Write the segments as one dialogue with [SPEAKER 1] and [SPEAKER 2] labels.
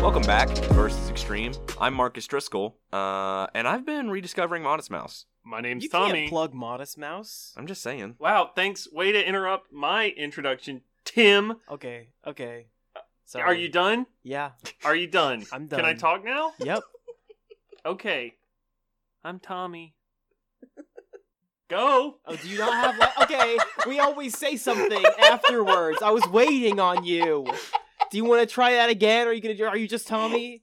[SPEAKER 1] Welcome back to Versus Extreme. I'm Marcus Driscoll, uh, and I've been rediscovering Modest Mouse.
[SPEAKER 2] My name's
[SPEAKER 3] you
[SPEAKER 2] Tommy.
[SPEAKER 3] can't plug Modest Mouse.
[SPEAKER 1] I'm just saying.
[SPEAKER 2] wow, thanks. Way to interrupt my introduction, Tim.
[SPEAKER 3] Okay, okay. Sorry.
[SPEAKER 2] Are you done?
[SPEAKER 3] Yeah.
[SPEAKER 2] Are you done?
[SPEAKER 3] I'm
[SPEAKER 2] Can I
[SPEAKER 3] done.
[SPEAKER 2] talk now?
[SPEAKER 3] Yep.
[SPEAKER 2] Okay. I'm Tommy. Go.
[SPEAKER 3] Oh, do you not have? Like, okay, we always say something afterwards. I was waiting on you. Do you want to try that again? Are you gonna? do- Are you just Tommy?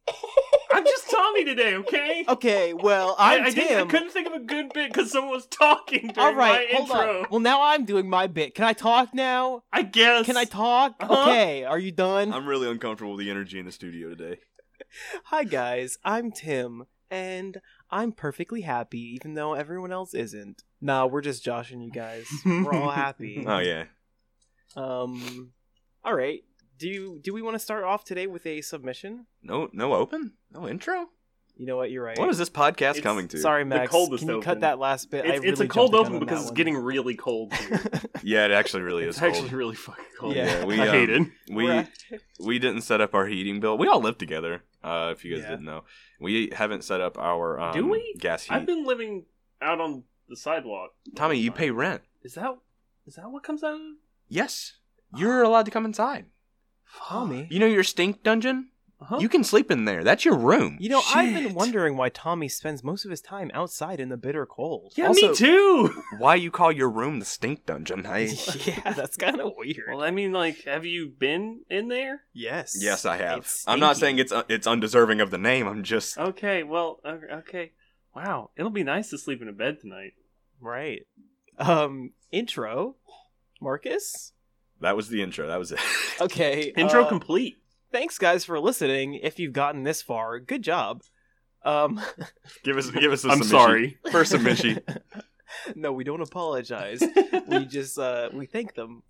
[SPEAKER 2] I'm just Tommy today, okay?
[SPEAKER 3] Okay. Well,
[SPEAKER 2] I-
[SPEAKER 3] I'm
[SPEAKER 2] I, didn't-
[SPEAKER 3] Tim.
[SPEAKER 2] I couldn't think of a good bit because someone was talking during
[SPEAKER 3] All right.
[SPEAKER 2] my
[SPEAKER 3] Hold
[SPEAKER 2] intro.
[SPEAKER 3] on. Well, now I'm doing my bit. Can I talk now?
[SPEAKER 2] I guess.
[SPEAKER 3] Can I talk?
[SPEAKER 2] Uh-huh.
[SPEAKER 3] Okay. Are you done?
[SPEAKER 1] I'm really uncomfortable with the energy in the studio today.
[SPEAKER 3] Hi guys. I'm Tim, and I'm perfectly happy, even though everyone else isn't. Nah, we're just joshing you guys. We're all happy.
[SPEAKER 1] Oh yeah.
[SPEAKER 3] Um. All right. Do you, do we want to start off today with a submission?
[SPEAKER 1] No, no open, no intro.
[SPEAKER 3] You know what? You're right.
[SPEAKER 1] What is this podcast
[SPEAKER 2] It's-
[SPEAKER 1] coming to?
[SPEAKER 3] Sorry, Max.
[SPEAKER 2] coldest
[SPEAKER 3] Can you
[SPEAKER 2] open.
[SPEAKER 3] cut that last bit?
[SPEAKER 2] It's,
[SPEAKER 3] I
[SPEAKER 2] it's
[SPEAKER 3] really
[SPEAKER 2] a cold
[SPEAKER 3] jumped the
[SPEAKER 2] open
[SPEAKER 3] gun on
[SPEAKER 2] because
[SPEAKER 3] that
[SPEAKER 2] it's
[SPEAKER 3] one.
[SPEAKER 2] getting really cold. Here.
[SPEAKER 1] Yeah, it actually really
[SPEAKER 2] it's
[SPEAKER 1] is.
[SPEAKER 2] actually
[SPEAKER 1] cold.
[SPEAKER 2] really fucking cold.
[SPEAKER 3] Yeah.
[SPEAKER 1] Yeah, we,
[SPEAKER 2] I
[SPEAKER 1] um,
[SPEAKER 2] hate it.
[SPEAKER 1] we
[SPEAKER 3] We're-
[SPEAKER 1] we didn't set up our heating bill. We all live together. Uh, if you guys
[SPEAKER 3] Yeah.
[SPEAKER 1] didn't know, we haven't set up our um,
[SPEAKER 2] Do we?
[SPEAKER 1] gas heat.
[SPEAKER 2] I've been living out on the sidewalk.
[SPEAKER 1] Tommy, you pay rent.
[SPEAKER 2] Is that is that what comes out? of
[SPEAKER 1] Yes, you're allowed to come inside.
[SPEAKER 3] Tommy.
[SPEAKER 1] You know your stink dungeon.
[SPEAKER 3] Uh-huh.
[SPEAKER 2] Huh?
[SPEAKER 1] You can sleep in there. That's your room.
[SPEAKER 3] You know, I've been
[SPEAKER 2] Shit.
[SPEAKER 3] wondering why Tommy spends most of his time outside in the bitter cold.
[SPEAKER 2] yeah,
[SPEAKER 1] Also-
[SPEAKER 2] me too.
[SPEAKER 1] Why you call your room the stink dungeon? I...
[SPEAKER 3] yeah, that's kind of weird.
[SPEAKER 2] Well, I mean, like, have you been in there?
[SPEAKER 3] yes.
[SPEAKER 1] yes, I have.
[SPEAKER 3] It's
[SPEAKER 1] I'm not
[SPEAKER 3] stinky. Oh.
[SPEAKER 1] saying it's uh, it's undeserving of the name. I'm just
[SPEAKER 2] Okay, well, o- okay. Wow, it'll be nice to sleep in a bed tonight.
[SPEAKER 3] right. Um. Intro. Marcus.
[SPEAKER 1] that was the intro. That was it.
[SPEAKER 3] Okay.
[SPEAKER 2] Intro
[SPEAKER 3] uh,
[SPEAKER 2] complete.
[SPEAKER 3] thanks guys for listening if you've gotten this far good job um
[SPEAKER 1] give us give us. A
[SPEAKER 2] I'm
[SPEAKER 1] submission.
[SPEAKER 2] sorry.
[SPEAKER 1] First submission.
[SPEAKER 3] no we don't apologize
[SPEAKER 2] it's
[SPEAKER 3] we just uh we thank them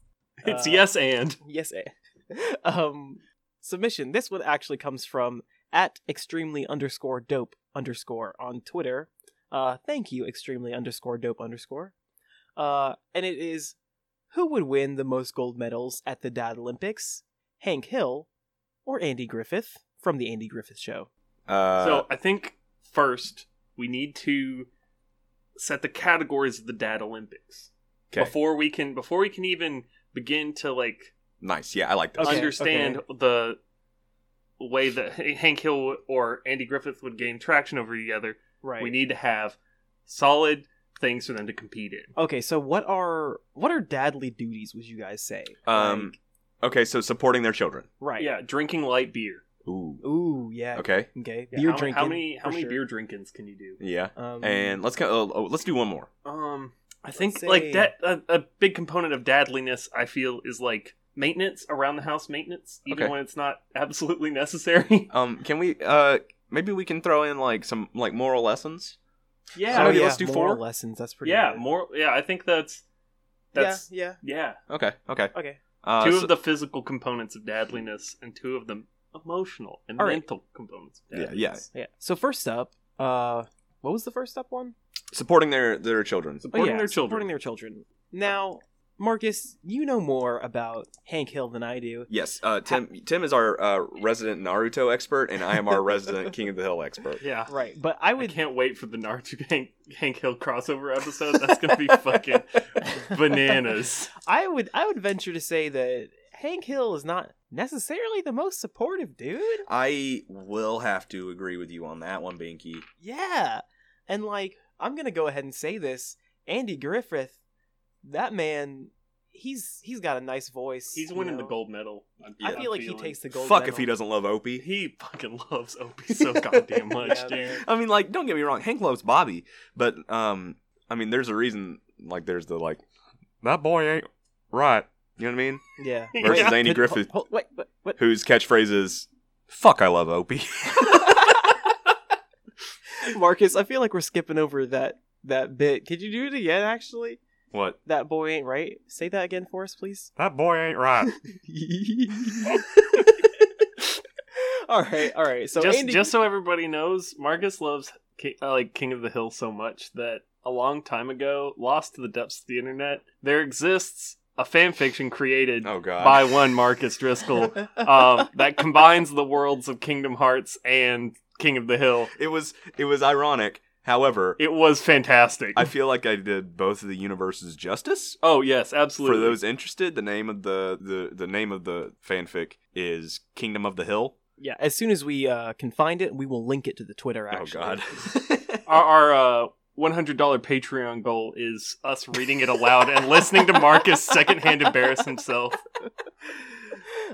[SPEAKER 3] Uh,
[SPEAKER 2] yes and.
[SPEAKER 3] yes eh. um submission this one actually comes from at extremely underscore dope underscore on twitter uh thank you extremely underscore dope underscore uh and it is who would win the most gold medals at the dad olympics hank hill or andy griffith from the andy griffith show
[SPEAKER 1] Uh,
[SPEAKER 2] so I think first we need to set the categories of the Dad Olympics
[SPEAKER 1] 'Kay.
[SPEAKER 2] before we can before we can even begin to like
[SPEAKER 1] nice. Yeah, I like this.
[SPEAKER 3] Okay,
[SPEAKER 2] understand the way that Hank Hill or Andy Griffith would gain traction over the other.
[SPEAKER 3] right
[SPEAKER 2] We need to have solid things for them to compete in.
[SPEAKER 3] Okay, so what are what are dadly duties? Would you guys say?
[SPEAKER 1] Um, okay, so supporting their children.
[SPEAKER 3] Like, right?
[SPEAKER 2] Yeah, drinking light beer.
[SPEAKER 1] Ooh.
[SPEAKER 3] Ooh, yeah. Okay.
[SPEAKER 1] Okay.
[SPEAKER 2] Yeah,
[SPEAKER 3] Beer
[SPEAKER 2] how,
[SPEAKER 3] drinking.
[SPEAKER 2] How many how
[SPEAKER 3] for
[SPEAKER 2] many
[SPEAKER 3] sure.
[SPEAKER 2] beer drinkings can you do?
[SPEAKER 1] Yeah.
[SPEAKER 3] Um,
[SPEAKER 1] And let's go. oh, oh, let's do one more.
[SPEAKER 2] Um, I think
[SPEAKER 3] Let's say-
[SPEAKER 2] like that a, a big component of dadliness. I feel is like maintenance around the house maintenance, even
[SPEAKER 1] Okay.
[SPEAKER 2] when it's not absolutely necessary.
[SPEAKER 1] Um, can we? Uh, maybe we can throw in like some like moral lessons.
[SPEAKER 3] oh,
[SPEAKER 2] yeah,
[SPEAKER 1] Somebody-
[SPEAKER 3] yeah,
[SPEAKER 1] let's do
[SPEAKER 3] moral
[SPEAKER 1] four?
[SPEAKER 3] lessons. That's pretty.
[SPEAKER 2] yeah,
[SPEAKER 3] good.
[SPEAKER 2] more. Yeah, I think that's that's
[SPEAKER 3] yeah,
[SPEAKER 2] yeah.
[SPEAKER 1] Okay. Okay.
[SPEAKER 3] yeah. Okay.
[SPEAKER 1] Uh,
[SPEAKER 2] two
[SPEAKER 1] so-
[SPEAKER 2] of the physical components of dadliness and two of the emotional and
[SPEAKER 3] All right.
[SPEAKER 2] mental components. Of
[SPEAKER 1] Yeah, yeah.
[SPEAKER 2] dadliness.
[SPEAKER 3] Yeah. So first up, uh, what was the first up one?
[SPEAKER 1] supporting their their children.
[SPEAKER 3] Oh,
[SPEAKER 2] Supporting
[SPEAKER 3] yeah,
[SPEAKER 2] their
[SPEAKER 3] Supporting
[SPEAKER 2] children.
[SPEAKER 3] their children. Now, Marcus, you know more about Hank Hill than I do.
[SPEAKER 1] Yes, uh, Tim. Tim is our uh, resident Naruto expert, and I am our resident King of the Hill expert.
[SPEAKER 2] yeah.
[SPEAKER 3] Right, but I
[SPEAKER 2] I,
[SPEAKER 3] would.
[SPEAKER 2] can't wait for the Naruto Hank, Hank Hill crossover episode. That's going to be fucking bananas.
[SPEAKER 3] I would. I would venture to say that Hank Hill is not necessarily the most supportive dude.
[SPEAKER 1] I will have to agree with you on that one, Binky.
[SPEAKER 3] Yeah. And like, I'm gonna go ahead and say this. Andy Griffith, that man, he's he's got a nice voice.
[SPEAKER 2] He's
[SPEAKER 3] you
[SPEAKER 2] winning
[SPEAKER 3] know?
[SPEAKER 2] the gold medal. I'm-
[SPEAKER 3] I
[SPEAKER 2] I'm
[SPEAKER 3] feel like he
[SPEAKER 2] feeling.
[SPEAKER 3] takes the gold.
[SPEAKER 1] Fuck
[SPEAKER 3] medal.
[SPEAKER 1] if he doesn't love Opie.
[SPEAKER 2] He fucking loves Opie so goddamn much,
[SPEAKER 3] Yeah,
[SPEAKER 2] dude.
[SPEAKER 3] man.
[SPEAKER 1] I mean, like, don't get me wrong, Hank loves Bobby, but um, I mean, there's a reason. Like, there's the like that boy ain't right. You know what I mean?
[SPEAKER 3] Yeah.
[SPEAKER 1] Versus
[SPEAKER 3] Wait,
[SPEAKER 1] Andy
[SPEAKER 3] but-
[SPEAKER 1] Griffith.
[SPEAKER 3] Hold, wait, but what?
[SPEAKER 1] Whose catchphrase is "Fuck, I love Opie."
[SPEAKER 3] Marcus, I feel like we're skipping over that that bit. Could you do it again? Actually,
[SPEAKER 1] what?
[SPEAKER 3] that boy ain't right. Say that again for us, please.
[SPEAKER 1] That boy ain't right.
[SPEAKER 3] all right, all right. So
[SPEAKER 2] just,
[SPEAKER 3] Andy,
[SPEAKER 2] just so everybody knows, Marcus loves Ki- uh, like King of the Hill so much that a long time ago, lost to the depths of the internet, there exists a fan fiction created
[SPEAKER 1] Oh god.
[SPEAKER 2] by one Marcus Driscoll um, that combines the worlds of Kingdom Hearts and King of the Hill.
[SPEAKER 1] It was it was ironic. However,
[SPEAKER 2] It was fantastic.
[SPEAKER 1] I feel like I did both of the universes justice.
[SPEAKER 2] oh yes,
[SPEAKER 1] For
[SPEAKER 2] absolutely.
[SPEAKER 1] those interested, the name of the, the the name of the fanfic is Kingdom of the Hill.
[SPEAKER 3] yeah, as soon as we uh, can find it, we will link it to the Twitter. Actually.
[SPEAKER 1] Oh god.
[SPEAKER 2] our, our uh, $100 Patreon goal is us reading it aloud and listening to Marcus secondhand embarrass himself.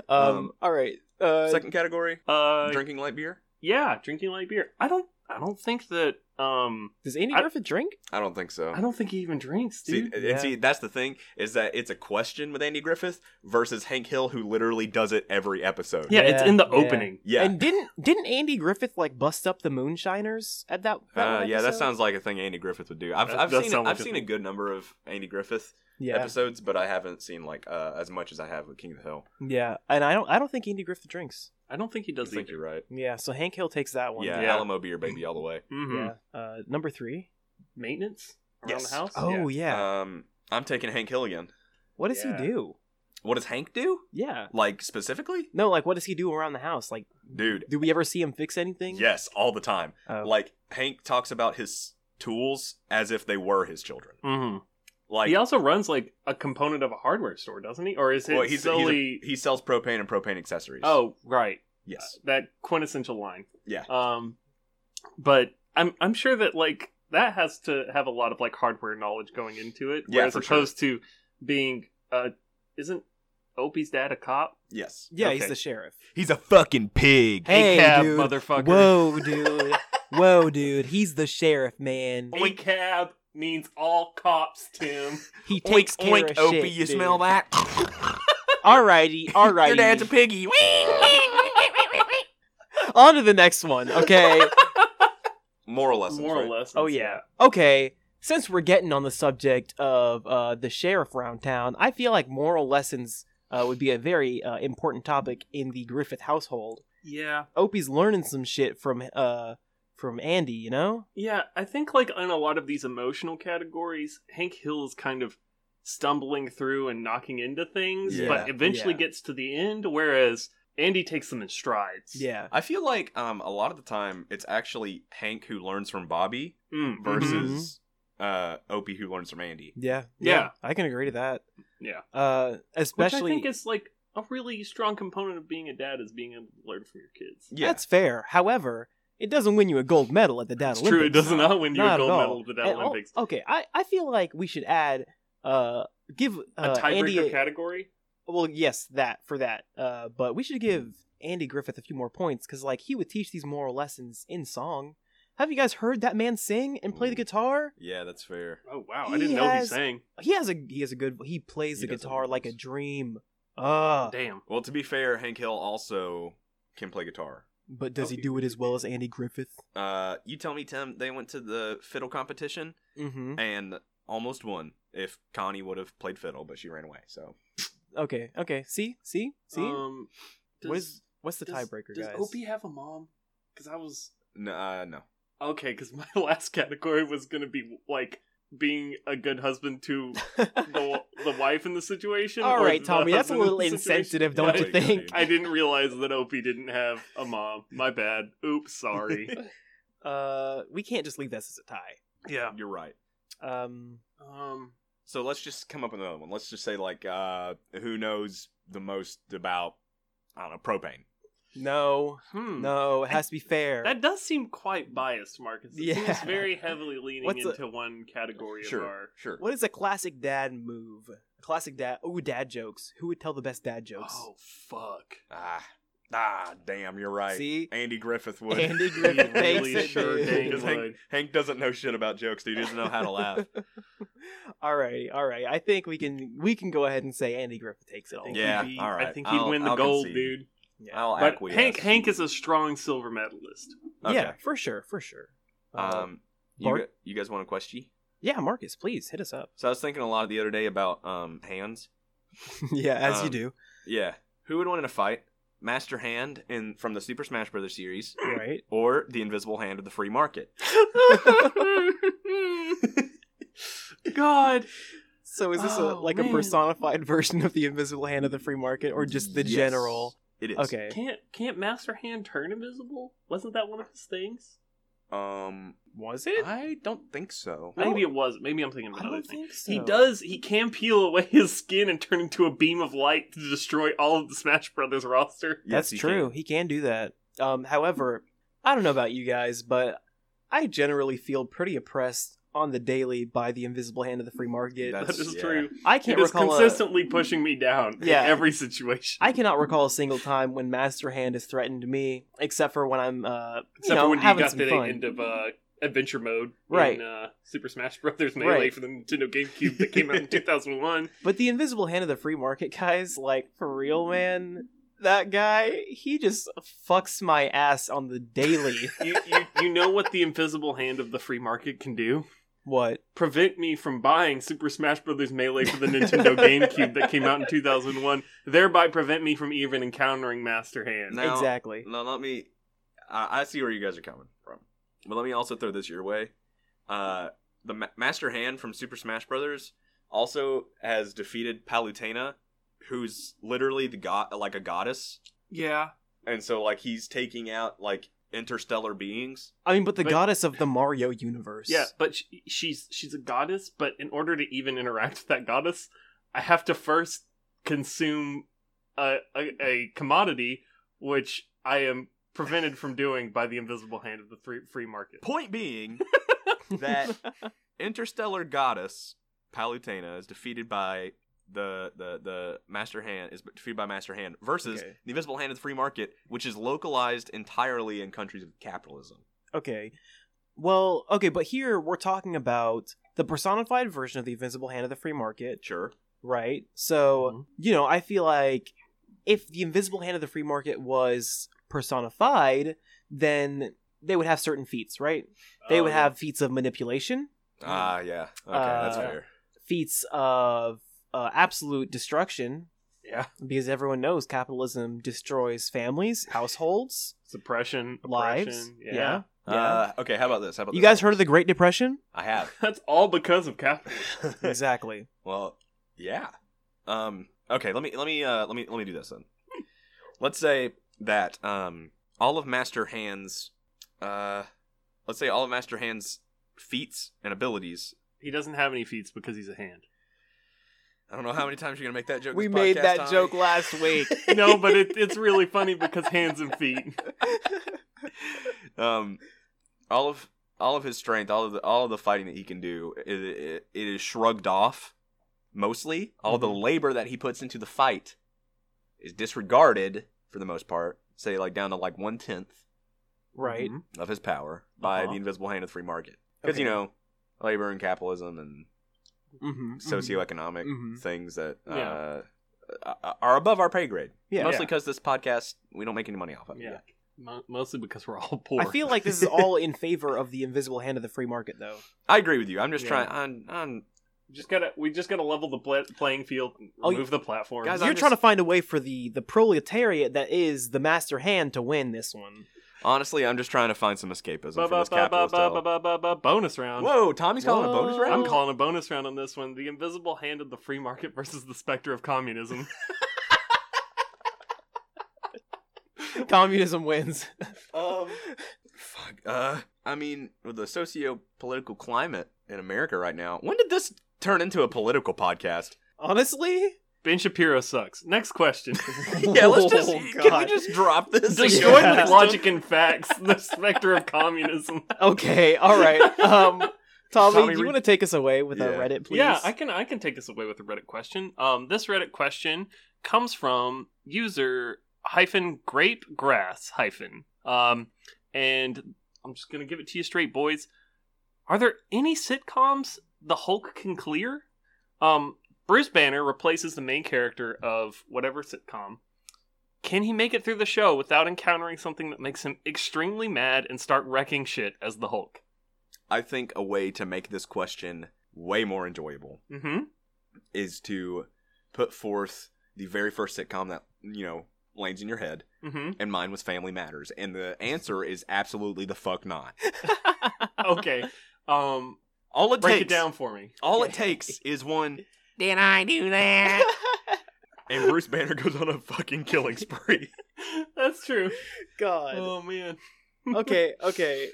[SPEAKER 3] Um,
[SPEAKER 1] Um,
[SPEAKER 3] all right. Uh,
[SPEAKER 1] Second category,
[SPEAKER 2] Uh,
[SPEAKER 1] drinking light beer.
[SPEAKER 2] yeah, drinking light beer. I don't. I don't think that. Um,
[SPEAKER 3] does Andy
[SPEAKER 2] I-
[SPEAKER 3] Griffith drink?
[SPEAKER 1] I don't think so.
[SPEAKER 2] I don't think he even drinks,
[SPEAKER 1] See,
[SPEAKER 2] dude.
[SPEAKER 1] and
[SPEAKER 3] yeah.
[SPEAKER 1] see, that's the thing is that it's a question with Andy Griffith versus Hank Hill, who literally does it every episode.
[SPEAKER 2] yeah, it's
[SPEAKER 3] Yeah,
[SPEAKER 2] in the
[SPEAKER 3] yeah.
[SPEAKER 2] opening.
[SPEAKER 1] yeah,
[SPEAKER 3] And didn't didn't Andy Griffith like bust up the moonshiners at that? that
[SPEAKER 1] Uh,
[SPEAKER 3] one
[SPEAKER 1] yeah, that
[SPEAKER 3] episode?
[SPEAKER 1] sounds like a thing Andy Griffith would do. I've,
[SPEAKER 2] That
[SPEAKER 1] I've
[SPEAKER 2] does
[SPEAKER 1] seen
[SPEAKER 2] sound
[SPEAKER 1] I've
[SPEAKER 2] like a
[SPEAKER 1] seen a
[SPEAKER 2] thing.
[SPEAKER 1] good number of Andy Griffith
[SPEAKER 3] Yeah,
[SPEAKER 1] episodes, but I haven't seen like uh, as much as I have with King of the Hill.
[SPEAKER 3] yeah. And I don't I don't think Andy Griffith drinks.
[SPEAKER 2] I don't think he
[SPEAKER 1] I
[SPEAKER 2] does
[SPEAKER 1] think
[SPEAKER 2] either.
[SPEAKER 1] you're right.
[SPEAKER 3] Yeah, so Hank Hill takes that one.
[SPEAKER 1] Yeah, Mm-hmm.
[SPEAKER 2] Yeah.
[SPEAKER 1] Alamo beer, baby, all the way.
[SPEAKER 2] hmm
[SPEAKER 3] Yeah. Uh, number three.
[SPEAKER 2] Maintenance around
[SPEAKER 1] Yes.
[SPEAKER 2] the house.
[SPEAKER 3] Oh yeah.
[SPEAKER 1] Um, I'm taking Hank Hill again.
[SPEAKER 3] what does
[SPEAKER 2] yeah.
[SPEAKER 3] he do?
[SPEAKER 1] What does Hank do?
[SPEAKER 3] Yeah.
[SPEAKER 1] Like specifically,
[SPEAKER 3] No, like what does he do around the house? Like,
[SPEAKER 1] dude?
[SPEAKER 3] do we ever see him fix anything?
[SPEAKER 1] Yes, all the time.
[SPEAKER 3] Oh.
[SPEAKER 1] Like Hank talks about his tools as if they were his children.
[SPEAKER 2] hmm
[SPEAKER 1] Like
[SPEAKER 2] he also runs like a component of a hardware store, doesn't he? Or is it
[SPEAKER 1] well, he's, he's a-
[SPEAKER 2] solely?
[SPEAKER 1] he sells propane and propane accessories.
[SPEAKER 2] oh, right.
[SPEAKER 1] yes,
[SPEAKER 2] That quintessential line.
[SPEAKER 1] yeah.
[SPEAKER 2] Um, but I'm I'm sure that like that has to have a lot of like hardware knowledge going into it,
[SPEAKER 1] Yeah,
[SPEAKER 2] whereas
[SPEAKER 1] for sure.
[SPEAKER 2] opposed to being uh, isn't Opie's dad a cop?
[SPEAKER 1] Yes.
[SPEAKER 3] Yeah, he's
[SPEAKER 2] Okay.
[SPEAKER 3] the sheriff.
[SPEAKER 1] He's a fucking pig.
[SPEAKER 3] Hey,
[SPEAKER 2] cab
[SPEAKER 3] dude.
[SPEAKER 2] motherfucker.
[SPEAKER 3] Whoa, dude. Whoa, dude. He's the sheriff, man.
[SPEAKER 2] A cab means all cops, Tim.
[SPEAKER 3] He takes care of shit, dude.
[SPEAKER 1] that?
[SPEAKER 3] Alrighty, alrighty.
[SPEAKER 1] piggy.
[SPEAKER 3] On to the next one, okay?
[SPEAKER 1] Moral lessons.
[SPEAKER 2] More or
[SPEAKER 1] right?
[SPEAKER 2] less.
[SPEAKER 3] oh yeah. Okay. Since we're getting on the subject of uh, the sheriff around town, I feel like moral lessons uh, would be a very uh, important topic in the Griffith household.
[SPEAKER 2] Yeah.
[SPEAKER 3] Opie's learning some shit from uh from Andy, you know?
[SPEAKER 2] Yeah, I think like in a lot of these emotional categories, Hank Hill is kind of stumbling through and knocking into things,
[SPEAKER 1] Yeah.
[SPEAKER 2] but eventually
[SPEAKER 3] Yeah.
[SPEAKER 2] gets to the end, whereas Andy takes them in strides.
[SPEAKER 3] Yeah.
[SPEAKER 1] I feel like um, a lot of the time it's actually Hank who learns from Bobby
[SPEAKER 2] Mm, mhm.
[SPEAKER 3] Mm-hmm.
[SPEAKER 1] versus uh, Opie who learns from Andy.
[SPEAKER 3] Yeah.
[SPEAKER 2] Yeah.
[SPEAKER 3] I can agree to that.
[SPEAKER 2] Yeah.
[SPEAKER 3] Uh
[SPEAKER 2] Which I
[SPEAKER 3] especially
[SPEAKER 2] think is like a really strong component of being a dad is being able to learn from your kids.
[SPEAKER 1] Yeah.
[SPEAKER 3] that's fair. However, it doesn't win you a gold medal at the Dad
[SPEAKER 2] It's
[SPEAKER 3] Olympics.
[SPEAKER 2] true, it does not win you
[SPEAKER 3] Not
[SPEAKER 2] a
[SPEAKER 3] at
[SPEAKER 2] gold
[SPEAKER 3] all.
[SPEAKER 2] medal at the Dad
[SPEAKER 3] And al-
[SPEAKER 2] Olympics.
[SPEAKER 3] okay, I, I feel like we should add uh give uh,
[SPEAKER 2] a
[SPEAKER 3] Andy
[SPEAKER 2] tiebreaker
[SPEAKER 3] a-
[SPEAKER 2] category?
[SPEAKER 3] well yes that for that uh but we should give Andy Griffith a few more points because like he would teach these moral lessons in song. Have you guys heard that man sing and play the
[SPEAKER 1] Mm.
[SPEAKER 3] guitar?
[SPEAKER 1] yeah, that's fair.
[SPEAKER 2] Oh wow, I
[SPEAKER 3] He
[SPEAKER 2] didn't know he
[SPEAKER 3] has-
[SPEAKER 2] sang.
[SPEAKER 3] He has a he has a good he plays
[SPEAKER 1] He
[SPEAKER 3] the
[SPEAKER 1] does have
[SPEAKER 3] guitar
[SPEAKER 1] good
[SPEAKER 3] like a
[SPEAKER 1] voice.
[SPEAKER 3] dream. Uh
[SPEAKER 2] Damn.
[SPEAKER 1] Well, to be fair, Hank Hill also can play guitar.
[SPEAKER 3] But does he
[SPEAKER 2] Okay.
[SPEAKER 3] do it as well as Andy Griffith?
[SPEAKER 1] Uh, you tell me, Tim. They went to the fiddle competition
[SPEAKER 3] Mm-hmm.
[SPEAKER 1] and almost won. If Connie would have played fiddle, but she ran away. So
[SPEAKER 3] Okay. Okay. See. See. See.
[SPEAKER 2] Um,
[SPEAKER 3] what
[SPEAKER 2] does-
[SPEAKER 3] is what's the
[SPEAKER 2] does-
[SPEAKER 3] tiebreaker,
[SPEAKER 2] Does
[SPEAKER 3] guys?
[SPEAKER 2] Opie have a mom? Because I was
[SPEAKER 1] no, uh, no.
[SPEAKER 2] okay. Because my last category was gonna be like being a good husband to the the wife in the situation.
[SPEAKER 3] All
[SPEAKER 2] or
[SPEAKER 3] right,
[SPEAKER 2] the
[SPEAKER 3] Tommy. That's a
[SPEAKER 2] husband in
[SPEAKER 3] little
[SPEAKER 2] the situation.
[SPEAKER 3] insensitive,
[SPEAKER 1] Yeah,
[SPEAKER 3] don't
[SPEAKER 1] there
[SPEAKER 3] you
[SPEAKER 1] you go,
[SPEAKER 3] think?
[SPEAKER 1] dude.
[SPEAKER 2] I didn't realize that Opie didn't have a mom. My bad. Oops, sorry.
[SPEAKER 3] Uh, we can't just leave this as a
[SPEAKER 2] yeah.
[SPEAKER 1] You're right.
[SPEAKER 3] tie. Um.
[SPEAKER 2] Um.
[SPEAKER 1] So let's just come up with another one. Let's just say like uh who knows the most about I don't know propane.
[SPEAKER 3] No.
[SPEAKER 2] Hmm.
[SPEAKER 3] No. It has to be fair.
[SPEAKER 2] That does seem quite biased, Marcus. It seems
[SPEAKER 3] Yeah.
[SPEAKER 2] very heavily leaning
[SPEAKER 3] What's a-
[SPEAKER 2] into one category of our.
[SPEAKER 1] sure.
[SPEAKER 3] What is a classic dad move? Classic dad. Oh, dad jokes. Who would tell the best dad jokes?
[SPEAKER 2] Oh fuck!
[SPEAKER 1] Ah, ah, damn, you're right.
[SPEAKER 3] See.
[SPEAKER 1] Andy Griffith would.
[SPEAKER 3] Andy
[SPEAKER 2] He
[SPEAKER 3] Griffith takes
[SPEAKER 2] really
[SPEAKER 3] it,
[SPEAKER 2] sure
[SPEAKER 3] dude.
[SPEAKER 2] dang
[SPEAKER 1] Because Hank,
[SPEAKER 2] would.
[SPEAKER 1] Hank doesn't know shit about jokes, dude. He doesn't know how to laugh.
[SPEAKER 3] all right. All right. I think we can we can go ahead and say Andy Griffith takes it
[SPEAKER 2] I
[SPEAKER 3] all.
[SPEAKER 2] think
[SPEAKER 1] Yeah,
[SPEAKER 2] he'd be-
[SPEAKER 1] all
[SPEAKER 2] I
[SPEAKER 1] right.
[SPEAKER 2] think he'd
[SPEAKER 1] I'll-
[SPEAKER 2] win the
[SPEAKER 1] I'll
[SPEAKER 2] gold,
[SPEAKER 1] concede.
[SPEAKER 2] dude.
[SPEAKER 1] I'll
[SPEAKER 2] But
[SPEAKER 1] acquiesce.
[SPEAKER 2] Hank Hank is a strong silver medalist.
[SPEAKER 1] Okay.
[SPEAKER 3] Yeah. For sure. For sure. Uh,
[SPEAKER 1] Um, you,
[SPEAKER 3] Bart?
[SPEAKER 1] gu- you guys want a question?
[SPEAKER 3] yeah, Marcus, please hit us up.
[SPEAKER 1] So I was thinking a lot the other day about um hands.
[SPEAKER 3] yeah, as you
[SPEAKER 1] Um,
[SPEAKER 3] do.
[SPEAKER 1] Yeah. Who would win in a fight? Master Hand in from the Super Smash Brothers series,
[SPEAKER 3] Right.
[SPEAKER 1] or the Invisible Hand of the Free Market?
[SPEAKER 2] God,
[SPEAKER 3] So is this a,
[SPEAKER 2] Oh,
[SPEAKER 3] like a
[SPEAKER 2] man.
[SPEAKER 3] personified version of the invisible hand of the free market, or just the
[SPEAKER 1] Yes,
[SPEAKER 3] general?
[SPEAKER 1] It is.
[SPEAKER 3] Okay.
[SPEAKER 2] Can't can't Master Hand turn invisible? Wasn't that one of his things?
[SPEAKER 1] Um,
[SPEAKER 3] Was it?
[SPEAKER 1] I don't think so.
[SPEAKER 3] I don't-
[SPEAKER 2] Maybe it was. Maybe I'm thinking of
[SPEAKER 3] I
[SPEAKER 2] another
[SPEAKER 3] don't
[SPEAKER 2] thing.
[SPEAKER 3] think so.
[SPEAKER 2] He does. He can peel away his skin and turn into a beam of light to destroy all of the Smash Brothers roster.
[SPEAKER 1] Yes,
[SPEAKER 3] That's
[SPEAKER 1] he
[SPEAKER 3] true.
[SPEAKER 1] can.
[SPEAKER 3] He can do that. Um, however, I don't know about you guys, but I generally feel pretty oppressed on the daily by the invisible hand of the free market.
[SPEAKER 1] That's-
[SPEAKER 2] That is
[SPEAKER 1] yeah.
[SPEAKER 2] true.
[SPEAKER 3] I
[SPEAKER 2] He
[SPEAKER 3] can't
[SPEAKER 2] was
[SPEAKER 3] recall. A,
[SPEAKER 2] consistently pushing me down
[SPEAKER 3] Yeah.
[SPEAKER 2] in every situation.
[SPEAKER 3] I cannot recall a single time when Master Hand has threatened me, except for when I'm, uh, you
[SPEAKER 2] Except
[SPEAKER 3] know,
[SPEAKER 2] for when you
[SPEAKER 3] having
[SPEAKER 2] got
[SPEAKER 3] some
[SPEAKER 2] the
[SPEAKER 3] fun.
[SPEAKER 2] end of uh, Adventure Mode
[SPEAKER 3] Right.
[SPEAKER 2] in uh, Super Smash Brothers Melee
[SPEAKER 3] Right.
[SPEAKER 2] for the Nintendo GameCube that came out in 2001.
[SPEAKER 3] But the invisible hand of the free market guys, like for real, man, that guy, he just fucks my ass on the daily.
[SPEAKER 2] You, you, you know what the invisible hand of the free market can do?
[SPEAKER 3] what?
[SPEAKER 2] prevent me from buying Super Smash Bros. Melee for the Nintendo GameCube that came out in 2001, thereby prevent me from even encountering Master Hand.
[SPEAKER 1] Now-
[SPEAKER 3] exactly.
[SPEAKER 1] Now let me. I I see where you guys are coming from, but let me also throw this your way. Uh, the Ma- Master Hand from Super Smash Brothers also has defeated Palutena, who's literally the god, like a goddess,
[SPEAKER 2] Yeah.
[SPEAKER 1] and so like he's taking out like interstellar beings.
[SPEAKER 3] I mean, but the
[SPEAKER 2] But-
[SPEAKER 3] goddess of the Mario universe.
[SPEAKER 2] Yeah, but sh she's she's a goddess, but in order to even interact with that goddess, I have to first consume a, a, a commodity, which I am prevented from doing by the invisible hand of the free, free market.
[SPEAKER 1] Point being that interstellar goddess Palutena is defeated by the the the Master Hand is defeated by Master Hand versus
[SPEAKER 3] Okay.
[SPEAKER 1] the Invisible Hand of the free market, which is localized entirely in countries of capitalism.
[SPEAKER 3] Okay. Well, okay, but here we're talking about the personified version of the invisible hand of the free market,
[SPEAKER 1] Sure.
[SPEAKER 3] right? So, you know, I feel like if the invisible hand of the free market was personified, then they would have certain feats, right? They would
[SPEAKER 2] Um,
[SPEAKER 3] have feats of manipulation,
[SPEAKER 1] Ah, yeah. Okay, that's
[SPEAKER 3] Uh,
[SPEAKER 1] fair.
[SPEAKER 3] feats of uh, absolute destruction,
[SPEAKER 2] yeah
[SPEAKER 3] because everyone knows capitalism destroys families, households,
[SPEAKER 2] suppression,
[SPEAKER 3] lives.
[SPEAKER 2] oppression,
[SPEAKER 3] Yeah.
[SPEAKER 2] yeah.
[SPEAKER 1] Uh, okay, how about this? How about
[SPEAKER 3] You
[SPEAKER 1] this?
[SPEAKER 3] guys heard of the Great Depression?
[SPEAKER 1] I have.
[SPEAKER 2] That's all because of capitalism.
[SPEAKER 3] exactly.
[SPEAKER 1] well, yeah. Um. Okay. Let me let me uh let me let me do this then. Let's say that um all of Master Hand's uh let's say all of Master Hand's feats and abilities.
[SPEAKER 2] He doesn't have any feats because he's a hand.
[SPEAKER 1] I don't know how many times you're gonna make that joke. in
[SPEAKER 3] We
[SPEAKER 1] this
[SPEAKER 3] made
[SPEAKER 1] podcast,
[SPEAKER 3] that
[SPEAKER 1] Tommy.
[SPEAKER 3] joke last week.
[SPEAKER 2] No, but it, it's really funny because hands and feet.
[SPEAKER 1] um, all of all of his strength, all of the all of the fighting that he can do, it, it, it is shrugged off. Mostly, all the
[SPEAKER 3] Mm-hmm.
[SPEAKER 1] labor that he puts into the fight is disregarded for the most part. Say like down to like one tenth
[SPEAKER 3] right.
[SPEAKER 2] Mhm.
[SPEAKER 1] of his power by
[SPEAKER 2] Uh-huh.
[SPEAKER 1] the invisible hand of the free market, because you
[SPEAKER 3] Okay.
[SPEAKER 1] know labor and capitalism and
[SPEAKER 3] Mm-hmm.
[SPEAKER 1] socioeconomic
[SPEAKER 3] Mhm.
[SPEAKER 1] things that uh,
[SPEAKER 2] Yeah.
[SPEAKER 1] a- are above our pay grade.
[SPEAKER 3] Yeah.
[SPEAKER 1] Mostly because this podcast we don't make any money off of. it.
[SPEAKER 2] Yeah. Mo- mostly because we're all poor.
[SPEAKER 3] I feel like this is all in favor of the invisible hand of the free market, though.
[SPEAKER 1] I agree with you. I'm just
[SPEAKER 2] Yeah.
[SPEAKER 1] trying. i I'm
[SPEAKER 2] just gotta we just gotta level the pla- playing field,
[SPEAKER 3] Oh,
[SPEAKER 2] remove the platform.
[SPEAKER 1] Guys,
[SPEAKER 3] You're
[SPEAKER 1] I'm
[SPEAKER 3] trying to
[SPEAKER 1] just-
[SPEAKER 3] find a way for the the proletariat that is the master hand to win this one.
[SPEAKER 1] Honestly, I'm just trying to find some escapism
[SPEAKER 2] Ba-
[SPEAKER 1] from
[SPEAKER 2] ba-
[SPEAKER 1] this
[SPEAKER 2] ba- ba-
[SPEAKER 1] capitalist
[SPEAKER 2] ba-
[SPEAKER 1] hell.
[SPEAKER 2] ba- ba- ba- bonus round.
[SPEAKER 1] Whoa, Tommy's calling a bonus
[SPEAKER 3] Whoa.
[SPEAKER 1] round?
[SPEAKER 2] I'm calling a bonus round on this one. The invisible hand of the free market versus the specter of communism.
[SPEAKER 3] Communism wins.
[SPEAKER 1] Um, fuck. Uh, I mean, with the socio-political climate in America right now, when did this turn into a political podcast?
[SPEAKER 3] Honestly,
[SPEAKER 2] ben Shapiro sucks. Next question.
[SPEAKER 1] yeah, let's just.
[SPEAKER 3] Oh,
[SPEAKER 1] can we
[SPEAKER 3] God.
[SPEAKER 1] just drop this?
[SPEAKER 2] Destroy
[SPEAKER 3] Yeah.
[SPEAKER 2] with logic and facts. The specter of communism.
[SPEAKER 3] okay, all right. Um, Tommy,
[SPEAKER 2] Tommy,
[SPEAKER 3] do you
[SPEAKER 2] read-
[SPEAKER 3] want to take us away with a
[SPEAKER 1] Yeah.
[SPEAKER 3] Reddit, please?
[SPEAKER 2] Yeah, I can I can take us away with a Reddit question. Um, this Reddit question comes from user hyphen grape grass hyphen. Um, and I'm just gonna give it to you straight, boys. Are there any sitcoms the Hulk can clear? Um, Bruce Banner replaces the main character of whatever sitcom. Can he make it through the show without encountering something that makes him extremely mad and start wrecking shit as the Hulk?
[SPEAKER 1] I think a way to make this question way more enjoyable
[SPEAKER 2] Mm-hmm.
[SPEAKER 1] is to put forth the very first sitcom that you know lands in your head,
[SPEAKER 2] Mm-hmm.
[SPEAKER 1] and mine was Family Matters, and the answer is absolutely the fuck not.
[SPEAKER 2] okay. Um,
[SPEAKER 1] All it
[SPEAKER 2] break
[SPEAKER 1] takes
[SPEAKER 2] it down for me.
[SPEAKER 1] All it takes is one
[SPEAKER 4] Did I do that?
[SPEAKER 1] And Bruce Banner goes on a fucking killing spree.
[SPEAKER 2] That's true.
[SPEAKER 3] God.
[SPEAKER 2] Oh man.
[SPEAKER 3] okay, okay.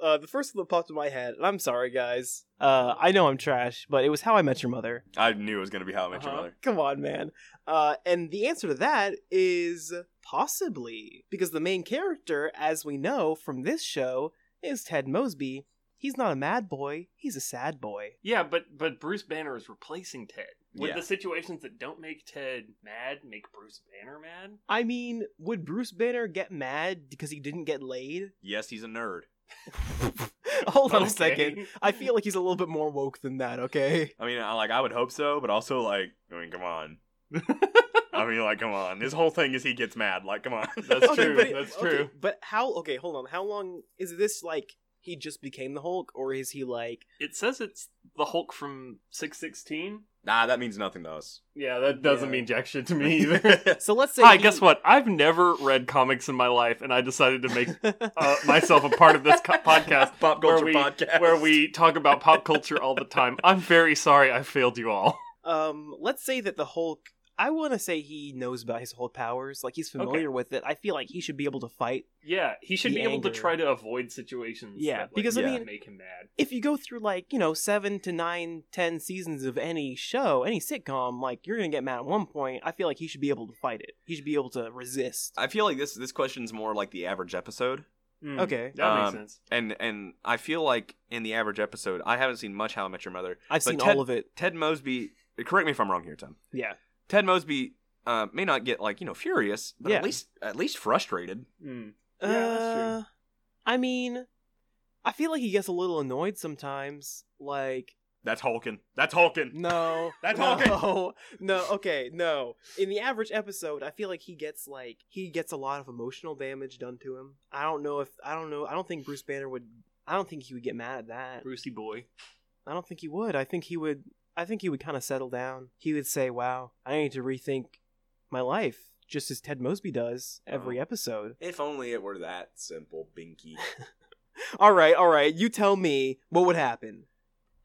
[SPEAKER 3] Uh, the first one that popped in my head, and I'm sorry, guys. Uh, I know I'm trash, but it was How I Met Your Mother.
[SPEAKER 1] I knew it was gonna be How I Met Your
[SPEAKER 2] Uh-huh.
[SPEAKER 1] Mother.
[SPEAKER 3] Come on, man. Uh, and the answer to that is possibly. Because the main character, as we know from this show, is Ted Mosby. He's not a mad boy, he's a sad boy.
[SPEAKER 2] Yeah, but but Bruce Banner is replacing Ted. Would
[SPEAKER 1] Yeah.
[SPEAKER 2] the situations that don't make Ted mad make Bruce Banner mad?
[SPEAKER 3] I mean, would Bruce Banner get mad because he didn't get laid?
[SPEAKER 1] Yes, he's a nerd.
[SPEAKER 3] Hold on a
[SPEAKER 2] Okay.
[SPEAKER 3] second. I feel like he's a little bit more woke than that, okay?
[SPEAKER 1] I mean, I, like I would hope so, but also like, I mean, come on. I mean, like, come on. This whole thing is he gets mad. Like, come on.
[SPEAKER 2] That's
[SPEAKER 3] Okay,
[SPEAKER 2] true.
[SPEAKER 3] but it-
[SPEAKER 2] that's
[SPEAKER 3] okay,
[SPEAKER 2] true.
[SPEAKER 3] But how okay, hold on. How long is this like he just became the Hulk or is he like
[SPEAKER 2] It says it's the Hulk from six sixteen.
[SPEAKER 1] nah, that means nothing to us.
[SPEAKER 2] Yeah, that doesn't
[SPEAKER 3] Yeah.
[SPEAKER 2] mean jack shit to me either.
[SPEAKER 3] So let's say
[SPEAKER 2] Hi,
[SPEAKER 3] he-
[SPEAKER 2] guess what? I've never read comics in my life, and I decided to make uh, myself a part of this co- podcast
[SPEAKER 1] Pop
[SPEAKER 2] Where
[SPEAKER 1] culture
[SPEAKER 2] we-
[SPEAKER 1] podcast.
[SPEAKER 2] where we talk about pop culture all the time. I'm very sorry I failed you all.
[SPEAKER 3] Um, let's say that the Hulk. I want to say he knows about his Hulk powers. Like he's familiar with it. I feel like he should be able to fight.
[SPEAKER 2] Yeah, he should
[SPEAKER 3] The
[SPEAKER 2] be able to
[SPEAKER 3] anger.
[SPEAKER 2] try to avoid situations.
[SPEAKER 3] Yeah,
[SPEAKER 2] that, like,
[SPEAKER 3] because,
[SPEAKER 1] I
[SPEAKER 2] yeah,
[SPEAKER 3] mean-
[SPEAKER 2] make him mad.
[SPEAKER 3] If you go through like you know seven to nine, ten seasons of any show, any sitcom, like you're gonna get mad at one point. I feel like he should be able to fight it. He should be able to resist.
[SPEAKER 1] I feel like this this question's more like the average episode,
[SPEAKER 2] Mm,
[SPEAKER 3] Okay,
[SPEAKER 2] that makes
[SPEAKER 1] Um,
[SPEAKER 2] sense.
[SPEAKER 1] and and I feel like in the average episode, I haven't seen much How I Met Your Mother.
[SPEAKER 3] I've
[SPEAKER 1] but
[SPEAKER 3] seen
[SPEAKER 1] Ted-
[SPEAKER 3] all of it.
[SPEAKER 1] Ted Mosby, correct me if I'm wrong here, Tom.
[SPEAKER 3] Yeah,
[SPEAKER 1] Ted Mosby uh, may not get like you know furious, but
[SPEAKER 3] Yeah.
[SPEAKER 1] at least at least frustrated.
[SPEAKER 2] Mm.
[SPEAKER 3] uh,
[SPEAKER 2] Yeah, that's
[SPEAKER 3] I mean, I feel like he gets a little annoyed sometimes. Like
[SPEAKER 1] That's Hulkin. That's Hulkin.
[SPEAKER 3] No.
[SPEAKER 1] That's
[SPEAKER 3] no,
[SPEAKER 1] all
[SPEAKER 3] No, okay, no. In the average episode, I feel like he gets like he gets a lot of emotional damage done to him. I don't know if I don't know I don't think Bruce Banner would I don't think he would get mad at that.
[SPEAKER 2] Brucey boy.
[SPEAKER 3] I don't think he would. I think he would I think he would kind of settle down. He would say, "Wow, I need to rethink my life." Just as Ted Mosby does every
[SPEAKER 1] Oh.
[SPEAKER 3] episode.
[SPEAKER 1] If only it were that simple, Binky.
[SPEAKER 3] All right, all right. You tell me what would happen.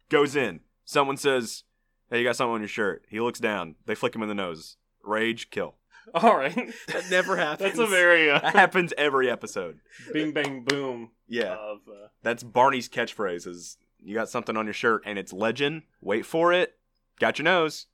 [SPEAKER 1] Goes in. Someone says, "Hey, you got something on your shirt." He looks down. They flick him in the nose. Rage, kill.
[SPEAKER 2] All right,
[SPEAKER 3] That never happens.
[SPEAKER 2] that's a very uh,
[SPEAKER 1] That happens every episode.
[SPEAKER 2] bing bang boom
[SPEAKER 1] Yeah,
[SPEAKER 2] of. Uh,
[SPEAKER 1] that's Barney's catchphrase. Is you got something on your shirt and it's legend. Wait for it. Got your nose.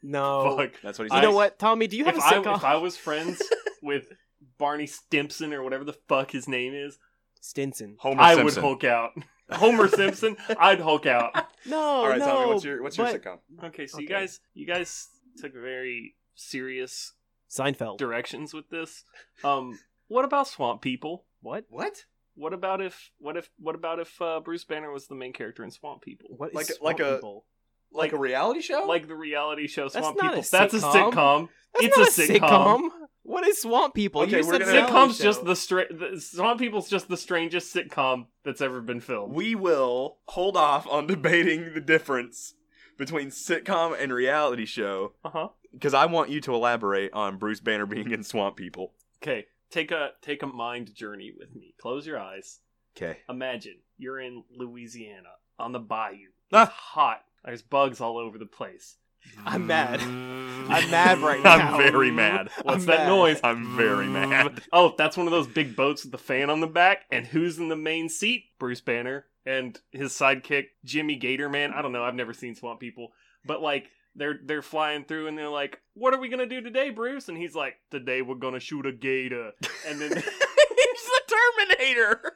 [SPEAKER 3] no.
[SPEAKER 2] Fuck.
[SPEAKER 1] That's what he
[SPEAKER 3] You
[SPEAKER 1] says.
[SPEAKER 3] know what, Tommy? Do Oh, you have
[SPEAKER 2] if
[SPEAKER 3] a
[SPEAKER 2] I
[SPEAKER 3] sitcom?
[SPEAKER 2] if I was friends with Barney Stimson or whatever the fuck his name is,
[SPEAKER 3] Stinson.
[SPEAKER 1] Homer
[SPEAKER 2] I
[SPEAKER 1] Simpson.
[SPEAKER 2] would Hulk out. Homer Simpson, I'd Hulk out.
[SPEAKER 3] No,
[SPEAKER 1] All right,
[SPEAKER 3] Oh, no.
[SPEAKER 1] Tommy. What's your what's your
[SPEAKER 3] but-
[SPEAKER 1] sitcom?
[SPEAKER 2] Okay, so you
[SPEAKER 3] Okay.
[SPEAKER 2] guys, you guys took very serious
[SPEAKER 3] Seinfeld.
[SPEAKER 2] directions with this. Um, what about Swamp People?
[SPEAKER 3] what?
[SPEAKER 1] What?
[SPEAKER 2] What about if what if what about if uh, Bruce Banner was the main character in Swamp People?
[SPEAKER 3] What is
[SPEAKER 1] Like a-
[SPEAKER 3] Swamp
[SPEAKER 1] like a-
[SPEAKER 3] People?
[SPEAKER 1] Like a reality show?
[SPEAKER 2] Like the reality show
[SPEAKER 3] That's
[SPEAKER 2] Swamp
[SPEAKER 3] not
[SPEAKER 2] People.
[SPEAKER 3] a
[SPEAKER 2] That's a
[SPEAKER 3] sitcom.
[SPEAKER 2] sitcom.
[SPEAKER 3] That's
[SPEAKER 2] It's
[SPEAKER 3] not
[SPEAKER 2] a sitcom.
[SPEAKER 3] What is Swamp People?
[SPEAKER 1] Okay,
[SPEAKER 3] you just
[SPEAKER 1] we're
[SPEAKER 3] said
[SPEAKER 1] gonna-
[SPEAKER 3] reality
[SPEAKER 2] Sitcom's
[SPEAKER 3] show.
[SPEAKER 2] just the straight. The, Swamp People's just the strangest sitcom that's ever been filmed.
[SPEAKER 1] we will hold off on debating the difference between sitcom and reality show
[SPEAKER 2] uh huh.
[SPEAKER 1] because I want you to elaborate on Bruce Banner being in Swamp People.
[SPEAKER 2] Okay, take a take a mind journey with me. Close your eyes.
[SPEAKER 1] Okay.
[SPEAKER 2] Imagine you're in Louisiana on the bayou. It's
[SPEAKER 1] Ah.
[SPEAKER 2] hot. There's bugs all over the place.
[SPEAKER 3] I'm mad.
[SPEAKER 1] I'm
[SPEAKER 3] mad right now.
[SPEAKER 1] Mm. I'm very mad.
[SPEAKER 2] What's
[SPEAKER 3] I'm
[SPEAKER 2] that
[SPEAKER 3] mad.
[SPEAKER 2] noise?
[SPEAKER 1] I'm very mad.
[SPEAKER 2] Oh, that's one of those big boats with the fan on the back. And who's in the main seat? Bruce Banner and his sidekick Jimmy Gatorman. I don't know. I've never seen Swamp People, but like they're they're flying through and they're like, "What are we gonna do today, Bruce?" And he's like, "Today we're gonna shoot a gator." And then
[SPEAKER 1] He's the Terminator.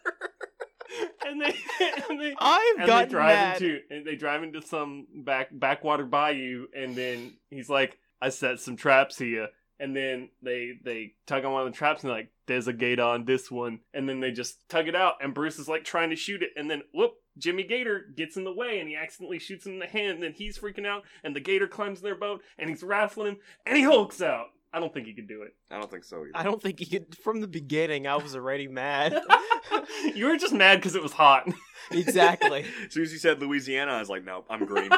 [SPEAKER 2] and they and they
[SPEAKER 3] I've
[SPEAKER 2] and they
[SPEAKER 3] gotten
[SPEAKER 2] drive
[SPEAKER 3] mad.
[SPEAKER 2] into and they drive into some back backwater bayou and then he's like i set some traps here and then they they tug on one of the traps and they're like there's a gate on this one and then they just tug it out and bruce is like trying to shoot it and then whoop jimmy gator gets in the way and he accidentally shoots him in the hand and then he's freaking out and the gator climbs their boat and he's raffling him and he hulks out i don't think he could do
[SPEAKER 1] I don't think so either.
[SPEAKER 3] I don't think he could. From the beginning, I was already mad.
[SPEAKER 2] it you were just mad because it was hot
[SPEAKER 3] exactly.
[SPEAKER 1] As soon as you said Louisiana, I was like, no, I'm green.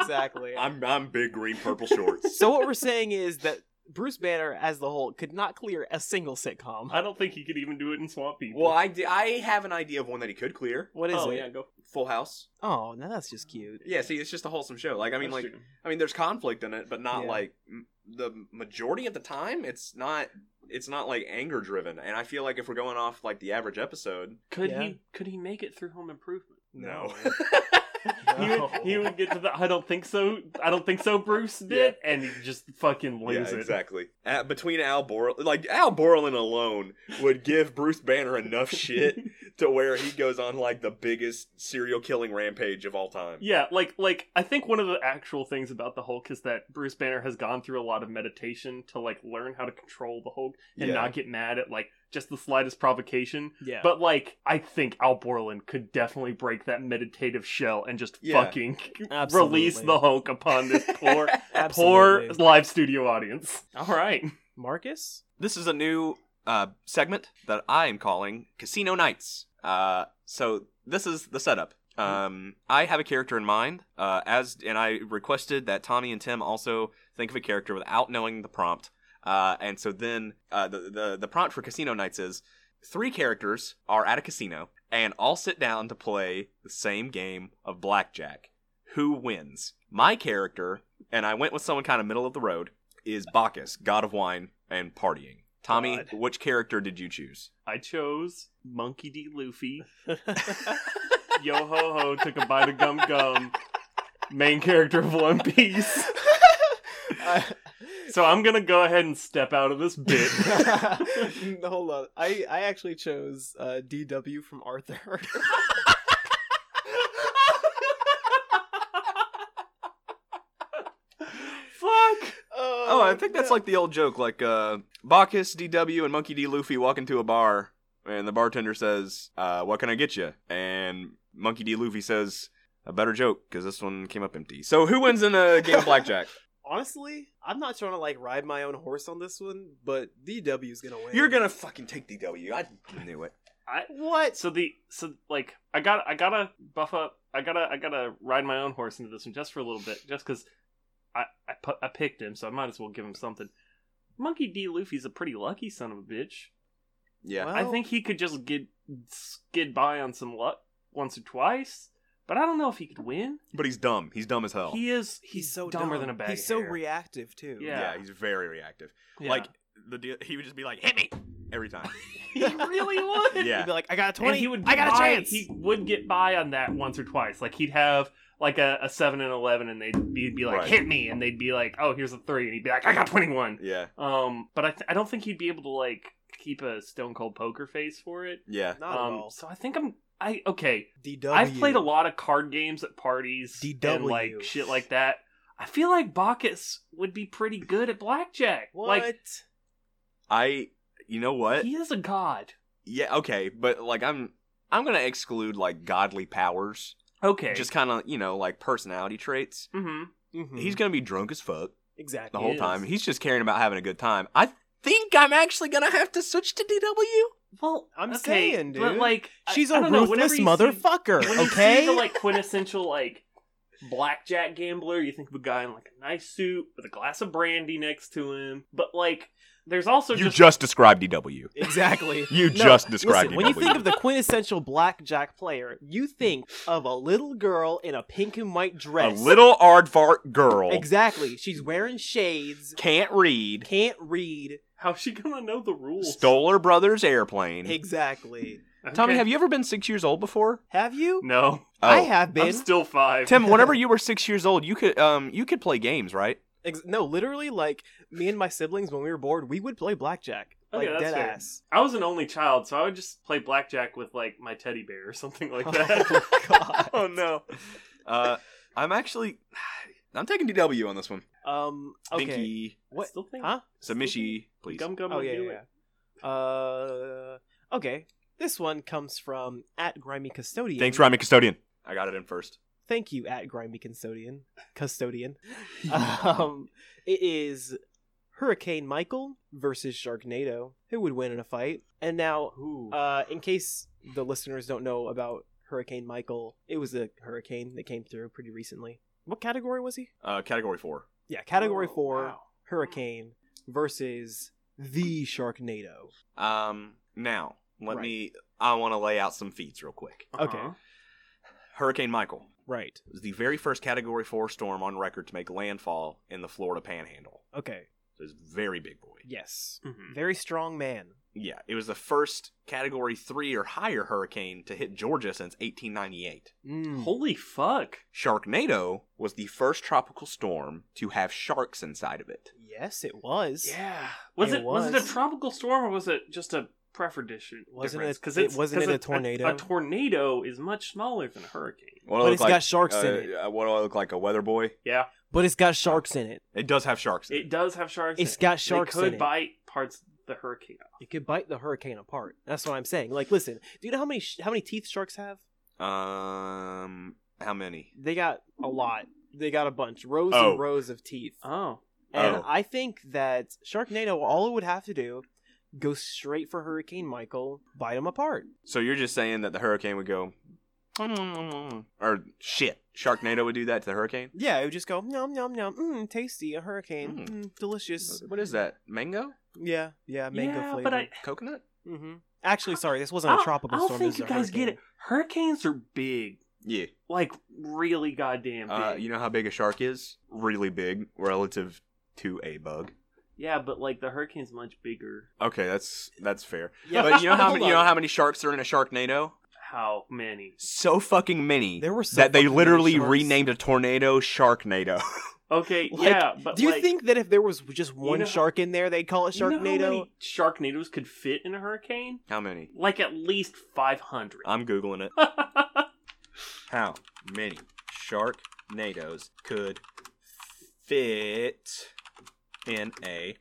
[SPEAKER 3] Exactly.
[SPEAKER 1] I'm I'm big green purple shorts.
[SPEAKER 3] So what we're saying is that Bruce Banner as the Hulk could not clear a single sitcom.
[SPEAKER 2] I don't think he could even do it in Swamp People.
[SPEAKER 1] Well, I, d- I have an idea of one that he could clear.
[SPEAKER 3] What is
[SPEAKER 2] oh,
[SPEAKER 3] it?
[SPEAKER 2] yeah, go.
[SPEAKER 1] Full House.
[SPEAKER 3] Oh, now that's just cute.
[SPEAKER 1] Yeah, see, it's just a wholesome show. Like, I mean,
[SPEAKER 2] That's
[SPEAKER 1] like,
[SPEAKER 2] true.
[SPEAKER 1] I mean, there's conflict in it, but not
[SPEAKER 3] Yeah.
[SPEAKER 1] like m- the majority of the time. It's not. It's not like anger driven, and I feel like if we're going off like the average episode,
[SPEAKER 2] could
[SPEAKER 3] Yeah.
[SPEAKER 2] he could he make it through Home Improvement?
[SPEAKER 1] no.
[SPEAKER 2] He would, he would get to the I don't think so. I don't think so, Bruce did, and he just fucking
[SPEAKER 1] yeah,
[SPEAKER 2] lose it.
[SPEAKER 1] exactly. Uh, between Al Borland, like Al Borland alone would give Bruce Banner enough shit to where he goes on like the biggest serial killing rampage of all time.
[SPEAKER 2] Yeah, like like I think one of the actual things about the Hulk is that Bruce Banner has gone through a lot of meditation to like learn how to control the Hulk and
[SPEAKER 1] Yeah.
[SPEAKER 2] not get mad at like just the slightest provocation.
[SPEAKER 3] Yeah.
[SPEAKER 2] But like I think Al Borland could definitely break that meditative shell and just
[SPEAKER 1] Yeah.
[SPEAKER 2] fucking
[SPEAKER 3] Absolutely.
[SPEAKER 2] release the Hulk upon this poor poor
[SPEAKER 3] Absolutely.
[SPEAKER 2] live studio audience. All right.
[SPEAKER 3] Marcus?
[SPEAKER 1] This is a new uh, segment that I am calling Casino Nights. Uh, so this is the setup. Um, I have a character in mind, uh, as and I requested that Tommy and Tim also think of a character without knowing the prompt. Uh, and so then uh, the, the the prompt for Casino Nights is three characters are at a casino and all sit down to play the same game of blackjack. Who wins? My character, and I went with someone kind of middle of the road is Bacchus, god of wine and partying. Tommy,
[SPEAKER 2] God.
[SPEAKER 1] which character did you choose?
[SPEAKER 2] I chose Monkey D. Luffy. Yo ho ho took a bite of gum gum. Main character of One Piece. So I'm gonna go ahead and step out of this bit.
[SPEAKER 3] Hold on. I, I actually chose uh, DW from Arthur.
[SPEAKER 2] Fuck.
[SPEAKER 1] Oh, I think that's like the old joke, like uh, Bacchus, DW, and Monkey D. Luffy walk into a bar, and the bartender says, uh, "What can I get you?" And Monkey D. Luffy says, "A better joke, because this one came up empty." So who wins in a game of blackjack?
[SPEAKER 3] Honestly, I'm not trying to like ride my own horse on this one, but DW's gonna win.
[SPEAKER 1] You're gonna fucking take DW. I knew it.
[SPEAKER 3] What?
[SPEAKER 2] So the so like I got I gotta buff up. I gotta I gotta ride my own horse into this one just for a little bit, just because I I, pu- I picked him, so I might as well give him something. Monkey D. Luffy's a pretty lucky son of a bitch.
[SPEAKER 1] Yeah.
[SPEAKER 3] Well-
[SPEAKER 2] I think he could just get skid by on some luck once or twice, but I don't know if he could win.
[SPEAKER 1] But he's dumb. He's dumb as hell.
[SPEAKER 2] He is
[SPEAKER 3] He's
[SPEAKER 2] he's
[SPEAKER 3] so
[SPEAKER 2] dumber
[SPEAKER 3] dumb.
[SPEAKER 2] than a bag.
[SPEAKER 3] He's
[SPEAKER 2] of
[SPEAKER 3] so
[SPEAKER 2] hair.
[SPEAKER 3] reactive too.
[SPEAKER 2] Yeah.
[SPEAKER 1] yeah, he's very reactive.
[SPEAKER 2] Yeah.
[SPEAKER 1] Like the deal, he would just be like, "Hit me!" every time.
[SPEAKER 2] he really would.
[SPEAKER 1] Yeah.
[SPEAKER 3] He'd be like, I got a
[SPEAKER 2] And
[SPEAKER 3] twenty.
[SPEAKER 2] he would
[SPEAKER 3] I got
[SPEAKER 2] get
[SPEAKER 3] a
[SPEAKER 2] by-
[SPEAKER 3] chance.
[SPEAKER 2] He would get by on that once or twice. Like he'd have like a, a seven and eleven, and they'd be, he'd be like,
[SPEAKER 1] Right.
[SPEAKER 2] "Hit me!" and they'd be like, "Oh, here's a three. and he'd be like, "I got twenty one."
[SPEAKER 1] Yeah,
[SPEAKER 2] Um, but I th- I don't think he'd be able to like keep a stone cold poker face for it.
[SPEAKER 1] yeah.
[SPEAKER 3] Not
[SPEAKER 2] um,
[SPEAKER 3] at all.
[SPEAKER 2] so I think I'm I okay.
[SPEAKER 3] DW.
[SPEAKER 2] I've played a lot of card games at parties and
[SPEAKER 3] DW.
[SPEAKER 2] like shit like that. I feel like Bacchus would be pretty good at blackjack.
[SPEAKER 3] What?
[SPEAKER 2] Like
[SPEAKER 1] I, you know what?
[SPEAKER 2] he is a god.
[SPEAKER 1] Yeah, okay, but like I'm, I'm gonna exclude like godly powers,
[SPEAKER 2] Okay.
[SPEAKER 1] just kind of you know like personality traits.
[SPEAKER 2] hmm
[SPEAKER 3] Mhm.
[SPEAKER 1] He's gonna be drunk as fuck the
[SPEAKER 3] exactly.
[SPEAKER 1] whole
[SPEAKER 2] is.
[SPEAKER 1] time. He's just caring about having a good time. I think I'm actually gonna have to switch to DW.
[SPEAKER 2] Well,
[SPEAKER 3] I'm
[SPEAKER 2] okay,
[SPEAKER 3] saying,
[SPEAKER 2] But
[SPEAKER 3] dude.
[SPEAKER 2] like, I-
[SPEAKER 3] She's
[SPEAKER 2] I
[SPEAKER 3] a
[SPEAKER 2] don't know, whenever
[SPEAKER 3] ruthless
[SPEAKER 2] you see-
[SPEAKER 3] motherfucker.
[SPEAKER 2] When you
[SPEAKER 3] okay.
[SPEAKER 2] see the like quintessential like blackjack gambler, you think of a guy in like a nice suit with a glass of brandy next to him. But like, there's also
[SPEAKER 1] You
[SPEAKER 2] just,
[SPEAKER 1] just described DW.
[SPEAKER 3] Exactly.
[SPEAKER 1] You
[SPEAKER 3] No,
[SPEAKER 1] just described
[SPEAKER 3] Listen,
[SPEAKER 1] DW.
[SPEAKER 3] when you think of the quintessential blackjack player, you think of a little girl in a pink and white
[SPEAKER 1] a
[SPEAKER 3] dress.
[SPEAKER 1] little aardvark girl
[SPEAKER 3] Exactly. She's wearing shades,
[SPEAKER 1] can't read,
[SPEAKER 3] can't read.
[SPEAKER 2] how's she gonna know the rules?
[SPEAKER 1] stole her brother's airplane.
[SPEAKER 3] Exactly.
[SPEAKER 1] Tommy, have you ever been six years old before?
[SPEAKER 3] Have you?
[SPEAKER 2] No,
[SPEAKER 3] I
[SPEAKER 1] Oh.
[SPEAKER 3] have been.
[SPEAKER 2] I'm still five.
[SPEAKER 1] Tim, whenever you were six years old, you could um you could play games, right?
[SPEAKER 3] Ex- no, literally, like me and my siblings, when we were bored, we would play blackjack,
[SPEAKER 2] Okay,
[SPEAKER 3] like
[SPEAKER 2] that's
[SPEAKER 3] dead
[SPEAKER 2] fair.
[SPEAKER 3] ass.
[SPEAKER 2] I was an only child, so I would just play blackjack with like my teddy bear or something like
[SPEAKER 3] Oh,
[SPEAKER 2] that.
[SPEAKER 3] God.
[SPEAKER 1] Oh no. Uh, I'm actually I'm taking DW on this one.
[SPEAKER 3] Um. Okay.
[SPEAKER 1] Binky,
[SPEAKER 3] What?
[SPEAKER 2] Still think,
[SPEAKER 3] Huh?
[SPEAKER 1] Samishy, please.
[SPEAKER 2] Gum gum.
[SPEAKER 3] Oh
[SPEAKER 2] would
[SPEAKER 3] yeah,
[SPEAKER 2] do
[SPEAKER 3] yeah.
[SPEAKER 2] it.
[SPEAKER 3] yeah. Uh. Okay. This one comes from at grimy custodian.
[SPEAKER 1] Thanks, Ryan Custodian. I got it in first.
[SPEAKER 3] Thank you, at grimy custodian. Custodian. um. It is Hurricane Michael versus Sharknado. Who would win in a fight? And now
[SPEAKER 2] Ooh.
[SPEAKER 3] Uh, in case the listeners don't know about Hurricane Michael, it was a hurricane that came through pretty recently. What category was he?
[SPEAKER 1] Uh, category four.
[SPEAKER 3] Yeah, category
[SPEAKER 2] Oh,
[SPEAKER 3] four
[SPEAKER 2] wow.
[SPEAKER 3] hurricane. versus the Sharknado.
[SPEAKER 1] Um, now let
[SPEAKER 3] Right.
[SPEAKER 1] me. I want to lay out some feats real quick.
[SPEAKER 3] Okay.
[SPEAKER 2] Uh-huh.
[SPEAKER 1] Hurricane Michael
[SPEAKER 3] Right.
[SPEAKER 1] was the very first Category Four storm on record to make landfall in the Florida Panhandle.
[SPEAKER 3] Okay.
[SPEAKER 1] So it's very big boy.
[SPEAKER 3] Yes.
[SPEAKER 2] Mhm.
[SPEAKER 3] Very strong man.
[SPEAKER 1] Yeah, it was the first Category Three or higher hurricane to hit Georgia since 1898.
[SPEAKER 3] Mm.
[SPEAKER 2] Holy fuck!
[SPEAKER 1] Sharknado was the first tropical storm to have sharks inside of it.
[SPEAKER 3] Yes, it was.
[SPEAKER 2] Yeah. Was
[SPEAKER 3] It
[SPEAKER 2] it, was. it
[SPEAKER 3] was.
[SPEAKER 2] a tropical storm or was it just a preferential?
[SPEAKER 3] Wasn't
[SPEAKER 2] difference?
[SPEAKER 3] it-
[SPEAKER 2] 'Cause
[SPEAKER 3] it-
[SPEAKER 2] it's-
[SPEAKER 3] wasn't
[SPEAKER 2] 'cause
[SPEAKER 3] it a
[SPEAKER 2] A,
[SPEAKER 3] tornado?
[SPEAKER 2] tornado is much smaller than a hurricane.
[SPEAKER 1] What do I
[SPEAKER 3] But
[SPEAKER 1] look
[SPEAKER 3] it's
[SPEAKER 1] like?
[SPEAKER 3] got sharks in
[SPEAKER 1] Uh,
[SPEAKER 3] it.
[SPEAKER 1] uh, what do I look like? A weather boy?
[SPEAKER 2] Yeah,
[SPEAKER 3] But it's got sharks in it.
[SPEAKER 1] It does have sharks. in it.
[SPEAKER 2] it does have sharks. in
[SPEAKER 3] It's
[SPEAKER 2] it.
[SPEAKER 3] got sharks
[SPEAKER 2] They could
[SPEAKER 3] in it.
[SPEAKER 2] bite parts of the hurricane.
[SPEAKER 3] It could bite the hurricane apart. That's what I'm saying. Like, listen, do you know how many sh- how many teeth sharks have?
[SPEAKER 1] Um, how many?
[SPEAKER 3] They got a lot. They got a bunch, rows
[SPEAKER 1] Oh.
[SPEAKER 3] and rows of teeth.
[SPEAKER 2] Oh,
[SPEAKER 3] Uh, And
[SPEAKER 1] Oh.
[SPEAKER 3] I think that Sharknado, all it would have to do, go straight for Hurricane Michael, bite him apart.
[SPEAKER 1] So you're just saying that the hurricane would go, or shit, Sharknado would do that to the hurricane?
[SPEAKER 3] Yeah, it would just go nom nom nom, mm, tasty, a hurricane, mm.
[SPEAKER 1] Mm.
[SPEAKER 3] delicious.
[SPEAKER 1] What is that? Mango?
[SPEAKER 3] Yeah, yeah, mango
[SPEAKER 2] yeah,
[SPEAKER 3] flavor.
[SPEAKER 2] but I,
[SPEAKER 1] Coconut?
[SPEAKER 3] hmm Actually, sorry, this wasn't
[SPEAKER 2] I'll,
[SPEAKER 3] a tropical
[SPEAKER 2] I'll
[SPEAKER 3] storm.
[SPEAKER 2] think
[SPEAKER 3] this
[SPEAKER 2] you
[SPEAKER 3] was a
[SPEAKER 2] guys get
[SPEAKER 3] hurricane.
[SPEAKER 2] it. Hurricanes are big,
[SPEAKER 1] Yeah.
[SPEAKER 2] like really goddamn big.
[SPEAKER 1] Uh, you know how big a shark is? Really big relative to a bug.
[SPEAKER 2] yeah, but like the hurricane's much bigger.
[SPEAKER 1] Okay, that's that's fair.
[SPEAKER 3] Yeah,
[SPEAKER 1] but you know how
[SPEAKER 3] hold
[SPEAKER 1] many, you know
[SPEAKER 3] on.
[SPEAKER 1] how many sharks are in a Sharknado?
[SPEAKER 2] How many?
[SPEAKER 1] So fucking many
[SPEAKER 3] There were so
[SPEAKER 1] that they
[SPEAKER 3] fucking many
[SPEAKER 1] literally
[SPEAKER 3] sharks.
[SPEAKER 1] renamed a tornado Sharknado.
[SPEAKER 2] Okay,
[SPEAKER 3] Like,
[SPEAKER 2] yeah, but
[SPEAKER 3] Do you
[SPEAKER 2] like,
[SPEAKER 3] think that if there was just one
[SPEAKER 2] know-
[SPEAKER 3] shark in there, they'd call it
[SPEAKER 2] you know how
[SPEAKER 3] Sharknado?
[SPEAKER 2] many Sharknadoes could fit in a hurricane?
[SPEAKER 1] how many?
[SPEAKER 2] Like at least five hundred.
[SPEAKER 1] I'm googling it. How many Sharknadoes could fit in a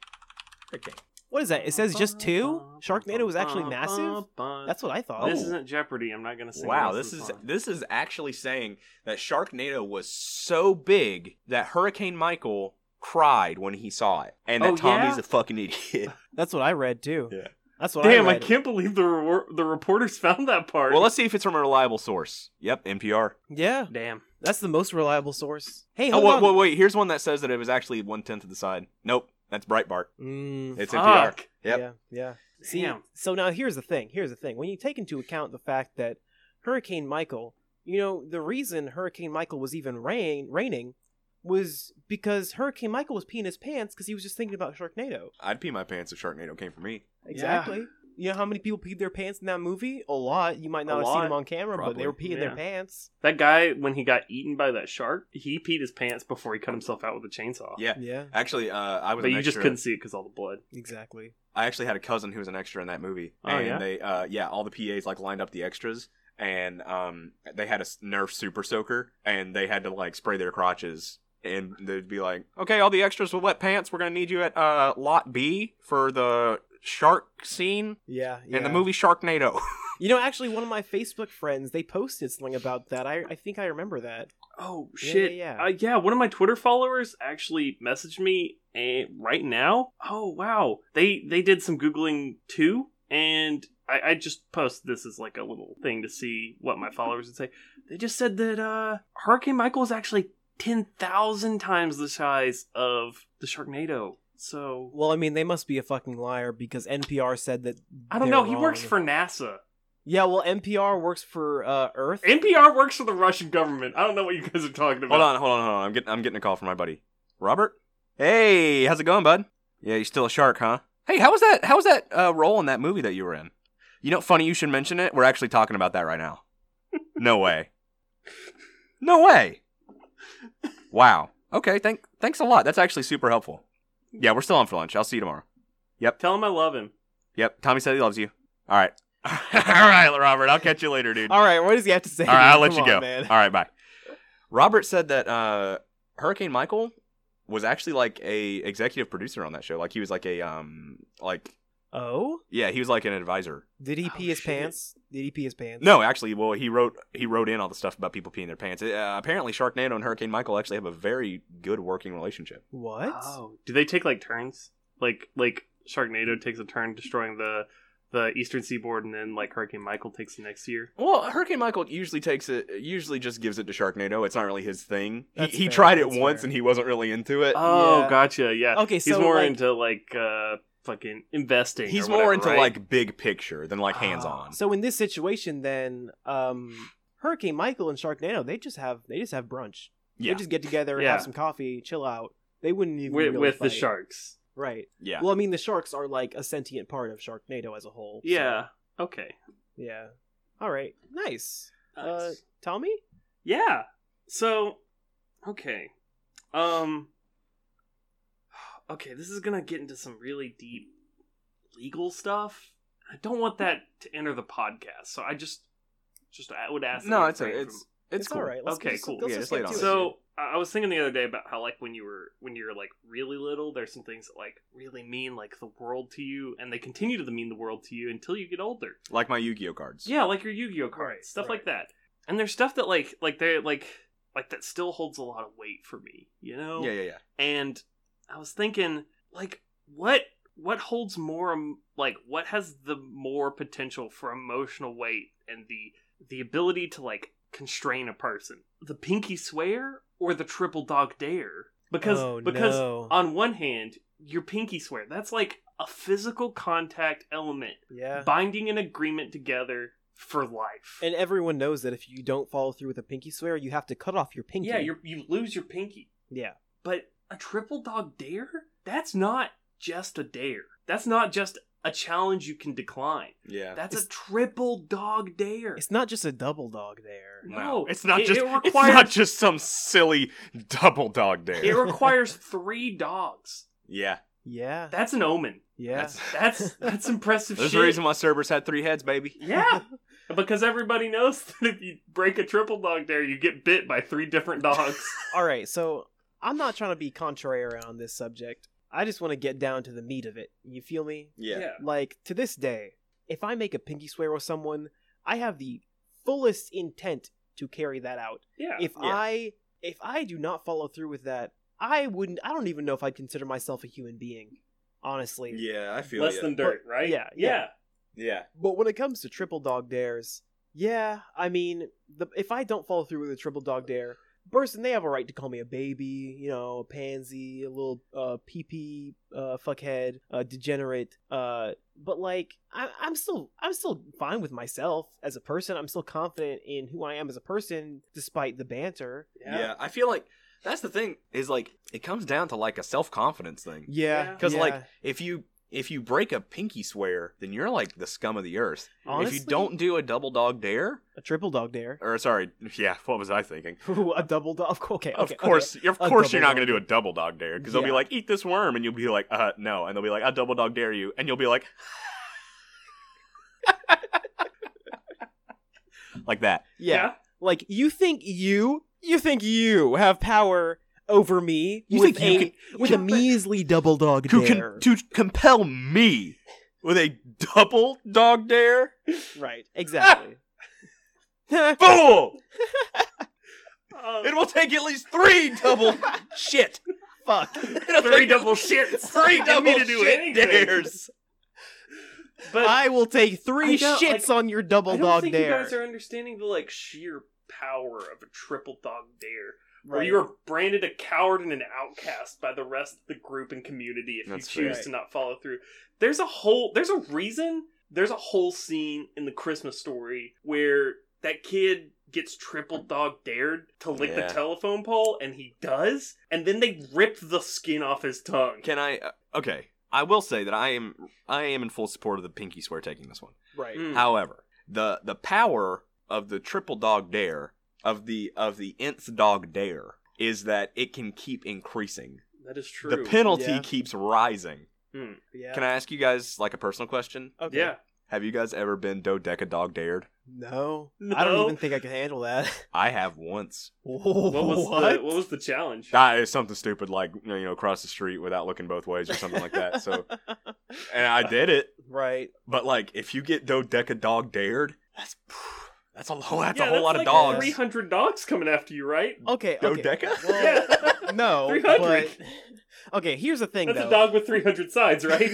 [SPEAKER 1] hurricane?
[SPEAKER 3] What is that? It says just two. Sharknado was actually massive. That's what I thought.
[SPEAKER 2] This
[SPEAKER 1] Oh.
[SPEAKER 2] isn't Jeopardy. I'm not gonna say.
[SPEAKER 1] Wow, this is this is actually saying that Sharknado was so big that Hurricane Michael cried when he saw it, and that
[SPEAKER 2] Oh,
[SPEAKER 1] Tommy's
[SPEAKER 2] yeah?
[SPEAKER 1] a fucking idiot.
[SPEAKER 3] That's what I read too.
[SPEAKER 1] Yeah.
[SPEAKER 3] That's what
[SPEAKER 2] Damn,
[SPEAKER 3] I
[SPEAKER 2] I,
[SPEAKER 3] read.
[SPEAKER 2] can't believe the rewar- the reporters found that part.
[SPEAKER 1] well, let's see if it's from a reliable source. Yep, NPR.
[SPEAKER 3] Yeah,
[SPEAKER 2] Damn.
[SPEAKER 3] that's the most reliable source. Hey,
[SPEAKER 1] Oh,
[SPEAKER 3] hold
[SPEAKER 1] wait,
[SPEAKER 3] on.
[SPEAKER 1] wait, wait, here's one that says that it was actually one tenth of the side. Nope, that's Breitbart.
[SPEAKER 3] Mm,
[SPEAKER 1] It's NPR.
[SPEAKER 2] Fuck.
[SPEAKER 1] Yep.
[SPEAKER 3] Yeah, yeah. See,
[SPEAKER 2] Damn.
[SPEAKER 3] so now here's the thing. Here's the thing. When you take into account the fact that Hurricane Michael, you know, the reason Hurricane Michael was even rain raining was because Hurricane Michael was peeing his pants because he was just thinking about Sharknado.
[SPEAKER 1] I'd pee my pants if Sharknado came for me.
[SPEAKER 3] Exactly. You know how many people peed their pants in that movie? A lot. You might not
[SPEAKER 2] A
[SPEAKER 3] have seen
[SPEAKER 2] lot,
[SPEAKER 3] them on camera, but they were
[SPEAKER 2] probably.
[SPEAKER 3] peeing their
[SPEAKER 2] Yeah.
[SPEAKER 3] pants.
[SPEAKER 2] That guy, when he got eaten by that shark, he peed his pants before he cut himself out with a chainsaw.
[SPEAKER 1] Yeah,
[SPEAKER 3] Yeah,
[SPEAKER 1] actually, uh, I was.
[SPEAKER 2] But
[SPEAKER 1] an
[SPEAKER 2] you just
[SPEAKER 1] extra-
[SPEAKER 2] couldn't see it because all the blood.
[SPEAKER 3] exactly.
[SPEAKER 1] I actually had a cousin who was an extra in that movie,
[SPEAKER 2] Oh,
[SPEAKER 1] and
[SPEAKER 2] yeah?
[SPEAKER 1] they, uh, yeah, all the PAs like lined up the extras, and um, they had a s- Nerf Super Soaker, and they had to like spray their crotches, and they'd be like, "Okay, all the extras with wet pants, we're gonna need you at uh, lot B for the shark scene
[SPEAKER 3] Yeah,
[SPEAKER 1] in the
[SPEAKER 3] yeah.
[SPEAKER 1] movie Sharknado."
[SPEAKER 3] You know, actually, one of my Facebook friends they posted something about that. I I think I remember that.
[SPEAKER 2] Oh
[SPEAKER 3] Yeah,
[SPEAKER 2] shit!
[SPEAKER 3] yeah,
[SPEAKER 2] Yeah,
[SPEAKER 3] yeah.
[SPEAKER 2] Uh, yeah. One of my Twitter followers actually messaged me eh, right now. Oh wow, they they did some googling too, and I, I just posted this as like a little thing to see what my followers would say. They just said that uh, Hurricane Michael is actually ten thousand times the size of the Sharknado. So
[SPEAKER 3] Well, I mean, they must be a fucking liar because NPR said that.
[SPEAKER 2] I don't
[SPEAKER 3] they're
[SPEAKER 2] know. He works
[SPEAKER 3] wrong.
[SPEAKER 2] for NASA.
[SPEAKER 3] Yeah, well, NPR works for uh, Earth.
[SPEAKER 2] NPR works for the Russian government. I don't know what you guys are talking about.
[SPEAKER 1] Hold on, hold on, hold on. I'm getting I'm getting a call from my buddy. Robert? Hey, how's it going, bud? Yeah, you still a shark, huh? Hey, how was that how was that uh, role in that movie that you were in? You know, funny you should mention it. We're actually talking about that right now. No way. No way. Wow. Okay, thank thanks a lot. That's actually super helpful. Yeah, we're still on for lunch. I'll see you tomorrow.
[SPEAKER 2] Tell him I love him.
[SPEAKER 1] Yep, Tommy said he loves you. All right. All right, Robert. I'll catch you later, dude.
[SPEAKER 3] All right, what does he have to say?
[SPEAKER 1] All right, I'll let
[SPEAKER 3] Come
[SPEAKER 1] you go.
[SPEAKER 3] on, man.
[SPEAKER 1] All right, bye. Robert said that uh, Hurricane Michael was actually like a executive producer on that show. Like he was like a um like
[SPEAKER 3] Oh,
[SPEAKER 1] yeah he was like an advisor.
[SPEAKER 3] did he
[SPEAKER 2] Oh,
[SPEAKER 3] pee his
[SPEAKER 2] shit.
[SPEAKER 3] pants? Did he pee his pants?
[SPEAKER 1] No, actually, well he wrote he wrote in all the stuff about people peeing their pants. Uh, apparently, Sharknado and Hurricane Michael actually have a very good working relationship.
[SPEAKER 3] What?
[SPEAKER 2] Oh, do they take like turns? Like like Sharknado takes a turn destroying the the Eastern Seaboard, and then like Hurricane Michael takes the next year.
[SPEAKER 1] Well, Hurricane Michael usually takes it, usually just gives it to Sharknado. It's not really his thing. He,
[SPEAKER 3] That's
[SPEAKER 1] he
[SPEAKER 3] fair,
[SPEAKER 1] tried it
[SPEAKER 3] that's
[SPEAKER 1] once
[SPEAKER 3] fair. Uh,
[SPEAKER 1] and he wasn't really into it.
[SPEAKER 2] Oh,
[SPEAKER 3] Yeah.
[SPEAKER 2] gotcha. Yeah.
[SPEAKER 3] Okay,
[SPEAKER 2] he's
[SPEAKER 3] so,
[SPEAKER 2] more
[SPEAKER 3] like-
[SPEAKER 2] into like uh fucking investing.
[SPEAKER 1] He's
[SPEAKER 2] or
[SPEAKER 1] more
[SPEAKER 2] whatever,
[SPEAKER 1] into
[SPEAKER 2] right?
[SPEAKER 1] like big picture than like hands on.
[SPEAKER 3] Ah, So in this situation, then um, Hurricane Michael and Sharknado, they just have they just have brunch.
[SPEAKER 1] yeah,
[SPEAKER 3] They just get together,
[SPEAKER 2] Yeah.
[SPEAKER 3] have some coffee, chill out. They wouldn't even
[SPEAKER 2] with,
[SPEAKER 3] really
[SPEAKER 2] with the
[SPEAKER 3] fight.
[SPEAKER 2] sharks.
[SPEAKER 3] right?
[SPEAKER 1] yeah.
[SPEAKER 3] Well, I mean, the sharks are like a sentient part of Sharknado as a whole. so-
[SPEAKER 2] Yeah. Okay.
[SPEAKER 3] yeah. All right, nice. Uh,
[SPEAKER 2] Nice.
[SPEAKER 3] Tommy,
[SPEAKER 2] yeah. So, okay. Um. Okay, this is gonna get into some really deep legal stuff. I don't want that to enter the podcast, so I just just I would ask. that
[SPEAKER 1] no,
[SPEAKER 2] you
[SPEAKER 1] it's a,
[SPEAKER 2] refrain
[SPEAKER 1] it's
[SPEAKER 2] from-
[SPEAKER 1] it's cool.
[SPEAKER 3] all right. Let's
[SPEAKER 2] Okay,
[SPEAKER 3] just,
[SPEAKER 2] cool.
[SPEAKER 3] Let's
[SPEAKER 1] Yeah,
[SPEAKER 3] just
[SPEAKER 1] just
[SPEAKER 3] get
[SPEAKER 1] lay it
[SPEAKER 3] to
[SPEAKER 1] on.
[SPEAKER 3] it.
[SPEAKER 2] So I I was thinking the other day about how like when you were when you're like really little, there's some things that like really mean like the world to you, and they continue to mean the world to you until you get older.
[SPEAKER 1] Like my Yu-Gi-Oh cards.
[SPEAKER 2] Yeah, like your Yu-Gi-Oh cards,
[SPEAKER 3] Right,
[SPEAKER 2] stuff like
[SPEAKER 3] right.
[SPEAKER 2] that. And there's stuff that like like they like like that still holds a lot of weight for me, you know?
[SPEAKER 1] yeah, yeah, yeah.
[SPEAKER 2] And I was thinking like what what holds more em- like what has the more potential for emotional weight and the the ability to like constrain a person? The pinky swear or the triple dog dare? Because
[SPEAKER 3] Oh,
[SPEAKER 2] because
[SPEAKER 3] no.
[SPEAKER 2] on one hand, your pinky swear, that's like a physical contact element
[SPEAKER 3] yeah,
[SPEAKER 2] binding an agreement together for life.
[SPEAKER 3] and everyone knows that if you don't follow through with a pinky swear, you have to cut off your pinky.
[SPEAKER 2] Yeah, you you lose your pinky.
[SPEAKER 3] yeah.
[SPEAKER 2] But a triple dog dare? That's not just a dare. That's not just a challenge you can decline.
[SPEAKER 1] Yeah.
[SPEAKER 2] That's a
[SPEAKER 3] It's-
[SPEAKER 2] triple dog dare.
[SPEAKER 3] It's not just a double dog there.
[SPEAKER 2] no,
[SPEAKER 1] it's not
[SPEAKER 2] it-
[SPEAKER 1] just
[SPEAKER 2] it
[SPEAKER 1] it's
[SPEAKER 2] requires
[SPEAKER 1] not just some silly double dog dare.
[SPEAKER 2] it requires three dogs.
[SPEAKER 1] yeah,
[SPEAKER 3] Yeah,
[SPEAKER 2] That's an omen.
[SPEAKER 3] yeah.
[SPEAKER 1] that's-
[SPEAKER 2] That's that's impressive
[SPEAKER 1] there's
[SPEAKER 2] shit.
[SPEAKER 1] a reason why Cerberus had three heads, baby.
[SPEAKER 2] yeah, because everybody knows that if you break a triple dog dare, you get bit by three different dogs.
[SPEAKER 3] All right, so I'm not trying to be contrary on this subject. I just want to get down to the meat of it. You feel me? Like to this day, if I make a pinky swear with someone, I have the fullest intent to carry that out.
[SPEAKER 2] yeah.
[SPEAKER 3] If
[SPEAKER 1] Yeah.
[SPEAKER 3] I if I do not follow through with that, I wouldn't. I don't even know if I'd consider myself a human being, honestly.
[SPEAKER 1] yeah, I feel
[SPEAKER 2] less
[SPEAKER 1] ya.
[SPEAKER 2] than dirt, right?
[SPEAKER 3] yeah,
[SPEAKER 2] yeah.
[SPEAKER 3] yeah.
[SPEAKER 1] yeah.
[SPEAKER 3] But when it comes to triple dog dares, yeah, I mean, the, if I don't follow through with a triple dog dare, Burson, they have a right to call me a baby, you know, a pansy, a little uh, pee-pee, uh, fuckhead, uh, degenerate. Uh, but like, I, I'm still, I'm still fine with myself as a person. I'm still confident in who I am as a person, despite the banter.
[SPEAKER 1] Yeah. I feel like that's the thing is like it comes down to like a self confidence thing.
[SPEAKER 3] Yeah,
[SPEAKER 1] 'Cause, like, If you if you break a pinky swear, then you're like the scum of the earth.
[SPEAKER 3] Honestly,
[SPEAKER 1] If you don't do a double dog dare,
[SPEAKER 3] a triple dog dare.
[SPEAKER 1] or sorry, yeah, what was I thinking?
[SPEAKER 3] Ooh, a double dog. Okay, okay, okay.
[SPEAKER 1] of course, of
[SPEAKER 3] A
[SPEAKER 1] course, you're not
[SPEAKER 3] double dog
[SPEAKER 1] going to do a double dog dare because they'll be
[SPEAKER 3] Yeah.
[SPEAKER 1] like, "Eat this worm," and you'll be like, "Uh, no," and they'll be like, "I double dog dare you," and you'll be like, like that.
[SPEAKER 3] yeah. Like you think you you think you have power over me
[SPEAKER 1] You
[SPEAKER 3] with
[SPEAKER 1] think you
[SPEAKER 3] a with a
[SPEAKER 1] can-
[SPEAKER 3] measly double dog
[SPEAKER 1] To
[SPEAKER 3] dare.
[SPEAKER 1] con- to compel me with a double dog dare,
[SPEAKER 3] right, exactly.
[SPEAKER 1] fool!
[SPEAKER 2] Um,
[SPEAKER 1] It will take at least three double shit.
[SPEAKER 3] Fuck.
[SPEAKER 1] It'll
[SPEAKER 2] three
[SPEAKER 1] take
[SPEAKER 2] double shits.
[SPEAKER 1] three
[SPEAKER 2] Didn't
[SPEAKER 1] double
[SPEAKER 2] mean to do
[SPEAKER 1] shit
[SPEAKER 2] anything.
[SPEAKER 1] dares.
[SPEAKER 2] But
[SPEAKER 3] I will take
[SPEAKER 2] I
[SPEAKER 3] three
[SPEAKER 2] don't-
[SPEAKER 3] shits
[SPEAKER 2] like,
[SPEAKER 3] on your double
[SPEAKER 2] I don't
[SPEAKER 3] dog
[SPEAKER 2] think
[SPEAKER 3] dare.
[SPEAKER 2] you guys are understanding the like sheer power of a triple dog dare, where
[SPEAKER 3] Right.
[SPEAKER 2] you are branded a coward and an outcast by the rest of the group and community if
[SPEAKER 1] That's
[SPEAKER 2] you choose
[SPEAKER 3] fair.
[SPEAKER 2] to not follow through. There's a whole. There's a reason. There's a whole scene in the Christmas story where that kid gets triple dog dared to lick
[SPEAKER 1] Yeah.
[SPEAKER 2] the telephone pole and he does and then they rip the skin off his tongue
[SPEAKER 1] Can I? Uh, okay, I will say that I am I am in full support of the pinky swear taking this one.
[SPEAKER 3] right.
[SPEAKER 2] Mm.
[SPEAKER 1] However, the the power of the triple dog dare of the of the nth dog dare is that it can keep increasing.
[SPEAKER 2] that is true
[SPEAKER 1] The penalty
[SPEAKER 3] Yeah.
[SPEAKER 1] keeps rising.
[SPEAKER 3] Yeah.
[SPEAKER 1] Can I ask you guys like a personal question?
[SPEAKER 3] Okay.
[SPEAKER 2] yeah
[SPEAKER 1] Have you guys ever been dodeca dog dared?
[SPEAKER 3] No.
[SPEAKER 2] No.
[SPEAKER 3] I don't even think I can handle that.
[SPEAKER 1] I have once.
[SPEAKER 2] what was the what was the challenge
[SPEAKER 1] That is something stupid like you know cross the street without looking both ways or something like that. So and I did it.
[SPEAKER 3] right.
[SPEAKER 1] But like, if you get Dodeca Dog dared, that's that's a whole that's a whole lot
[SPEAKER 2] like
[SPEAKER 1] of dogs.
[SPEAKER 2] Three hundred dogs coming after you, right?
[SPEAKER 3] Okay. okay.
[SPEAKER 1] Dodeca?
[SPEAKER 3] Well,
[SPEAKER 2] yeah,
[SPEAKER 3] no,
[SPEAKER 2] 300.
[SPEAKER 3] but okay. Here's the thing,
[SPEAKER 2] that's a
[SPEAKER 3] though.
[SPEAKER 2] dog with three hundred sides, right?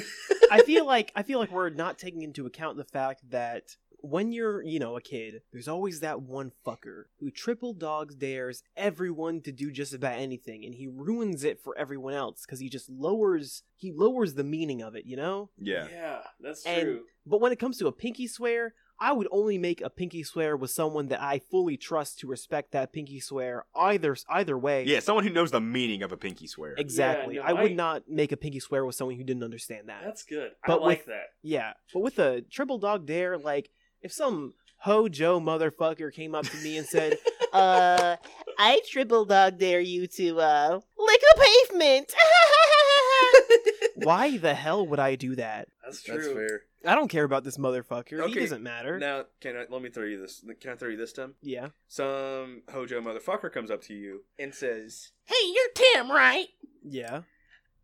[SPEAKER 3] I feel like I feel like we're not taking into account the fact that when you're, you know, a kid, there's always that one fucker who triple dogs dares everyone to do just about anything and he ruins it for everyone else cuz he just lowers he lowers the meaning of it, you know?
[SPEAKER 1] yeah.
[SPEAKER 2] that's
[SPEAKER 3] And-
[SPEAKER 2] true.
[SPEAKER 3] But when it comes to a pinky swear, I would only make a pinky swear with someone that I fully trust to respect that pinky swear either either way.
[SPEAKER 1] Yeah, someone who knows the meaning of a pinky swear.
[SPEAKER 3] Exactly.
[SPEAKER 2] no,
[SPEAKER 3] I would
[SPEAKER 2] I-
[SPEAKER 3] not make a pinky swear with someone who didn't understand that.
[SPEAKER 2] That's good.
[SPEAKER 3] But
[SPEAKER 2] I like
[SPEAKER 3] with-
[SPEAKER 2] that.
[SPEAKER 3] Yeah, but with a triple dog dare, like if some hojo motherfucker came up to me and said,
[SPEAKER 4] uh, I triple dog dare you to uh lick a pavement.
[SPEAKER 3] "Why the hell would I do that?
[SPEAKER 2] That's true.
[SPEAKER 5] That's fair.
[SPEAKER 3] I don't care about this motherfucker. He
[SPEAKER 5] Okay,
[SPEAKER 3] doesn't matter."
[SPEAKER 5] Now, can I let me throw you this? Can I throw you this time?
[SPEAKER 3] Yeah.
[SPEAKER 5] Some hojo motherfucker comes up to you and says,
[SPEAKER 4] hey, you're Tim, right?
[SPEAKER 3] Yeah.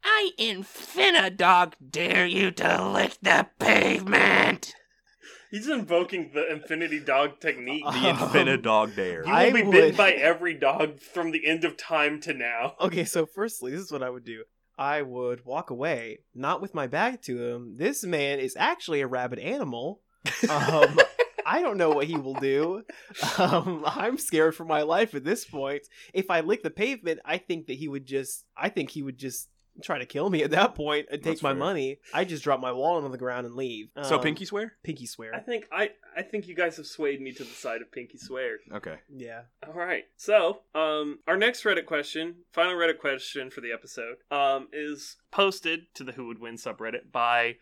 [SPEAKER 4] I infina dog dare you to lick the pavement.
[SPEAKER 2] He's invoking the infinity dog technique.
[SPEAKER 1] The
[SPEAKER 3] Uh,
[SPEAKER 2] you
[SPEAKER 3] Um,
[SPEAKER 1] Infinidog Dare.
[SPEAKER 2] will
[SPEAKER 3] I-
[SPEAKER 2] be
[SPEAKER 3] would-
[SPEAKER 2] bitten by every dog from the end of time to now.
[SPEAKER 3] Okay, so firstly, this is what I would do. I would walk away, not with my back to him. This man is actually a rabid animal. Um, I don't know what he will do. Um, I'm scared for my life at this point. If I lick the pavement, I think that he would just. I think he would just try to kill me at that point and take
[SPEAKER 1] That's
[SPEAKER 3] my
[SPEAKER 1] fair.
[SPEAKER 3] money. I just drop my wallet on the ground and leave.
[SPEAKER 1] so
[SPEAKER 3] Um,
[SPEAKER 1] pinky swear?
[SPEAKER 3] pinky
[SPEAKER 2] I
[SPEAKER 3] swear.
[SPEAKER 2] think I I think you guys have swayed me to the side of Pinky Swear.
[SPEAKER 1] Okay.
[SPEAKER 3] Yeah.
[SPEAKER 2] All right. So, um, our next Reddit question, final Reddit question for the episode, um, is posted to the Who Would Win subreddit by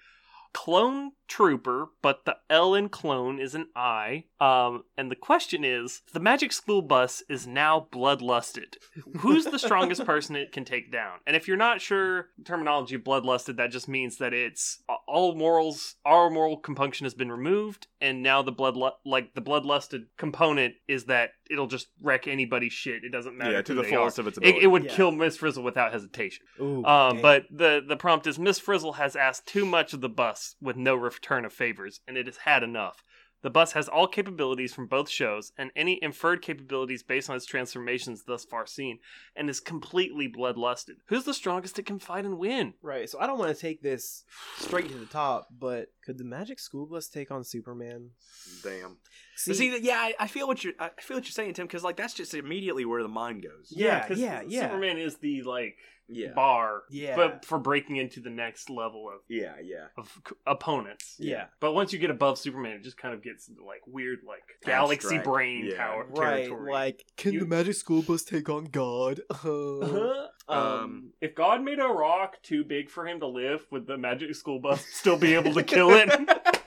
[SPEAKER 2] Clone Trooper, but the L in clone is an I. Um, and the question is: The Magic School Bus is now bloodlusted. Who's the strongest person it can take down? And if you're not sure the terminology bloodlusted, that just means that it's all morals, our moral compunction has been removed, and now the blood, like the bloodlusted component, is that it'll just wreck anybody's shit. It doesn't matter.
[SPEAKER 1] Yeah,
[SPEAKER 2] who
[SPEAKER 1] to the
[SPEAKER 2] they
[SPEAKER 1] fullest
[SPEAKER 2] are.
[SPEAKER 1] of its ability.
[SPEAKER 2] It, it would
[SPEAKER 3] Yeah.
[SPEAKER 2] kill Miss Frizzle without hesitation.
[SPEAKER 3] Ooh.
[SPEAKER 2] Um,
[SPEAKER 3] dang.
[SPEAKER 2] but the the prompt is Miss Frizzle has asked too much of the bus with no return of favors, and it has had enough. The bus has all capabilities from both shows and any inferred capabilities based on its transformations thus far seen, and is completely bloodlusted. Who's the strongest that can fight and win?
[SPEAKER 3] Right. So I don't want to take this straight to the top, but could the Magic School Bus take on Superman?
[SPEAKER 5] "Damn,
[SPEAKER 1] See, See yeah, I, I feel what you're I feel what you're saying, Tim, because like that's just immediately where the mind goes.
[SPEAKER 3] Yeah, 'cause yeah, yeah.
[SPEAKER 2] Superman is the like
[SPEAKER 1] Yeah.
[SPEAKER 2] bar,
[SPEAKER 3] Yeah.
[SPEAKER 2] but for breaking into the next level of
[SPEAKER 1] Yeah, yeah.
[SPEAKER 2] of c- opponents.
[SPEAKER 3] Yeah.
[SPEAKER 2] But once you get above Superman, it just kind of gets into, like weird, like galaxy
[SPEAKER 1] Abstract.
[SPEAKER 2] brain
[SPEAKER 1] Yeah.
[SPEAKER 2] power
[SPEAKER 3] right.
[SPEAKER 2] territory.
[SPEAKER 3] Like, can
[SPEAKER 2] You- Uh-huh.
[SPEAKER 3] the Magic School Bus take on God? Uh,
[SPEAKER 1] Um,
[SPEAKER 2] If God made a rock too big for him to live, would the magic school bus still be able to kill it?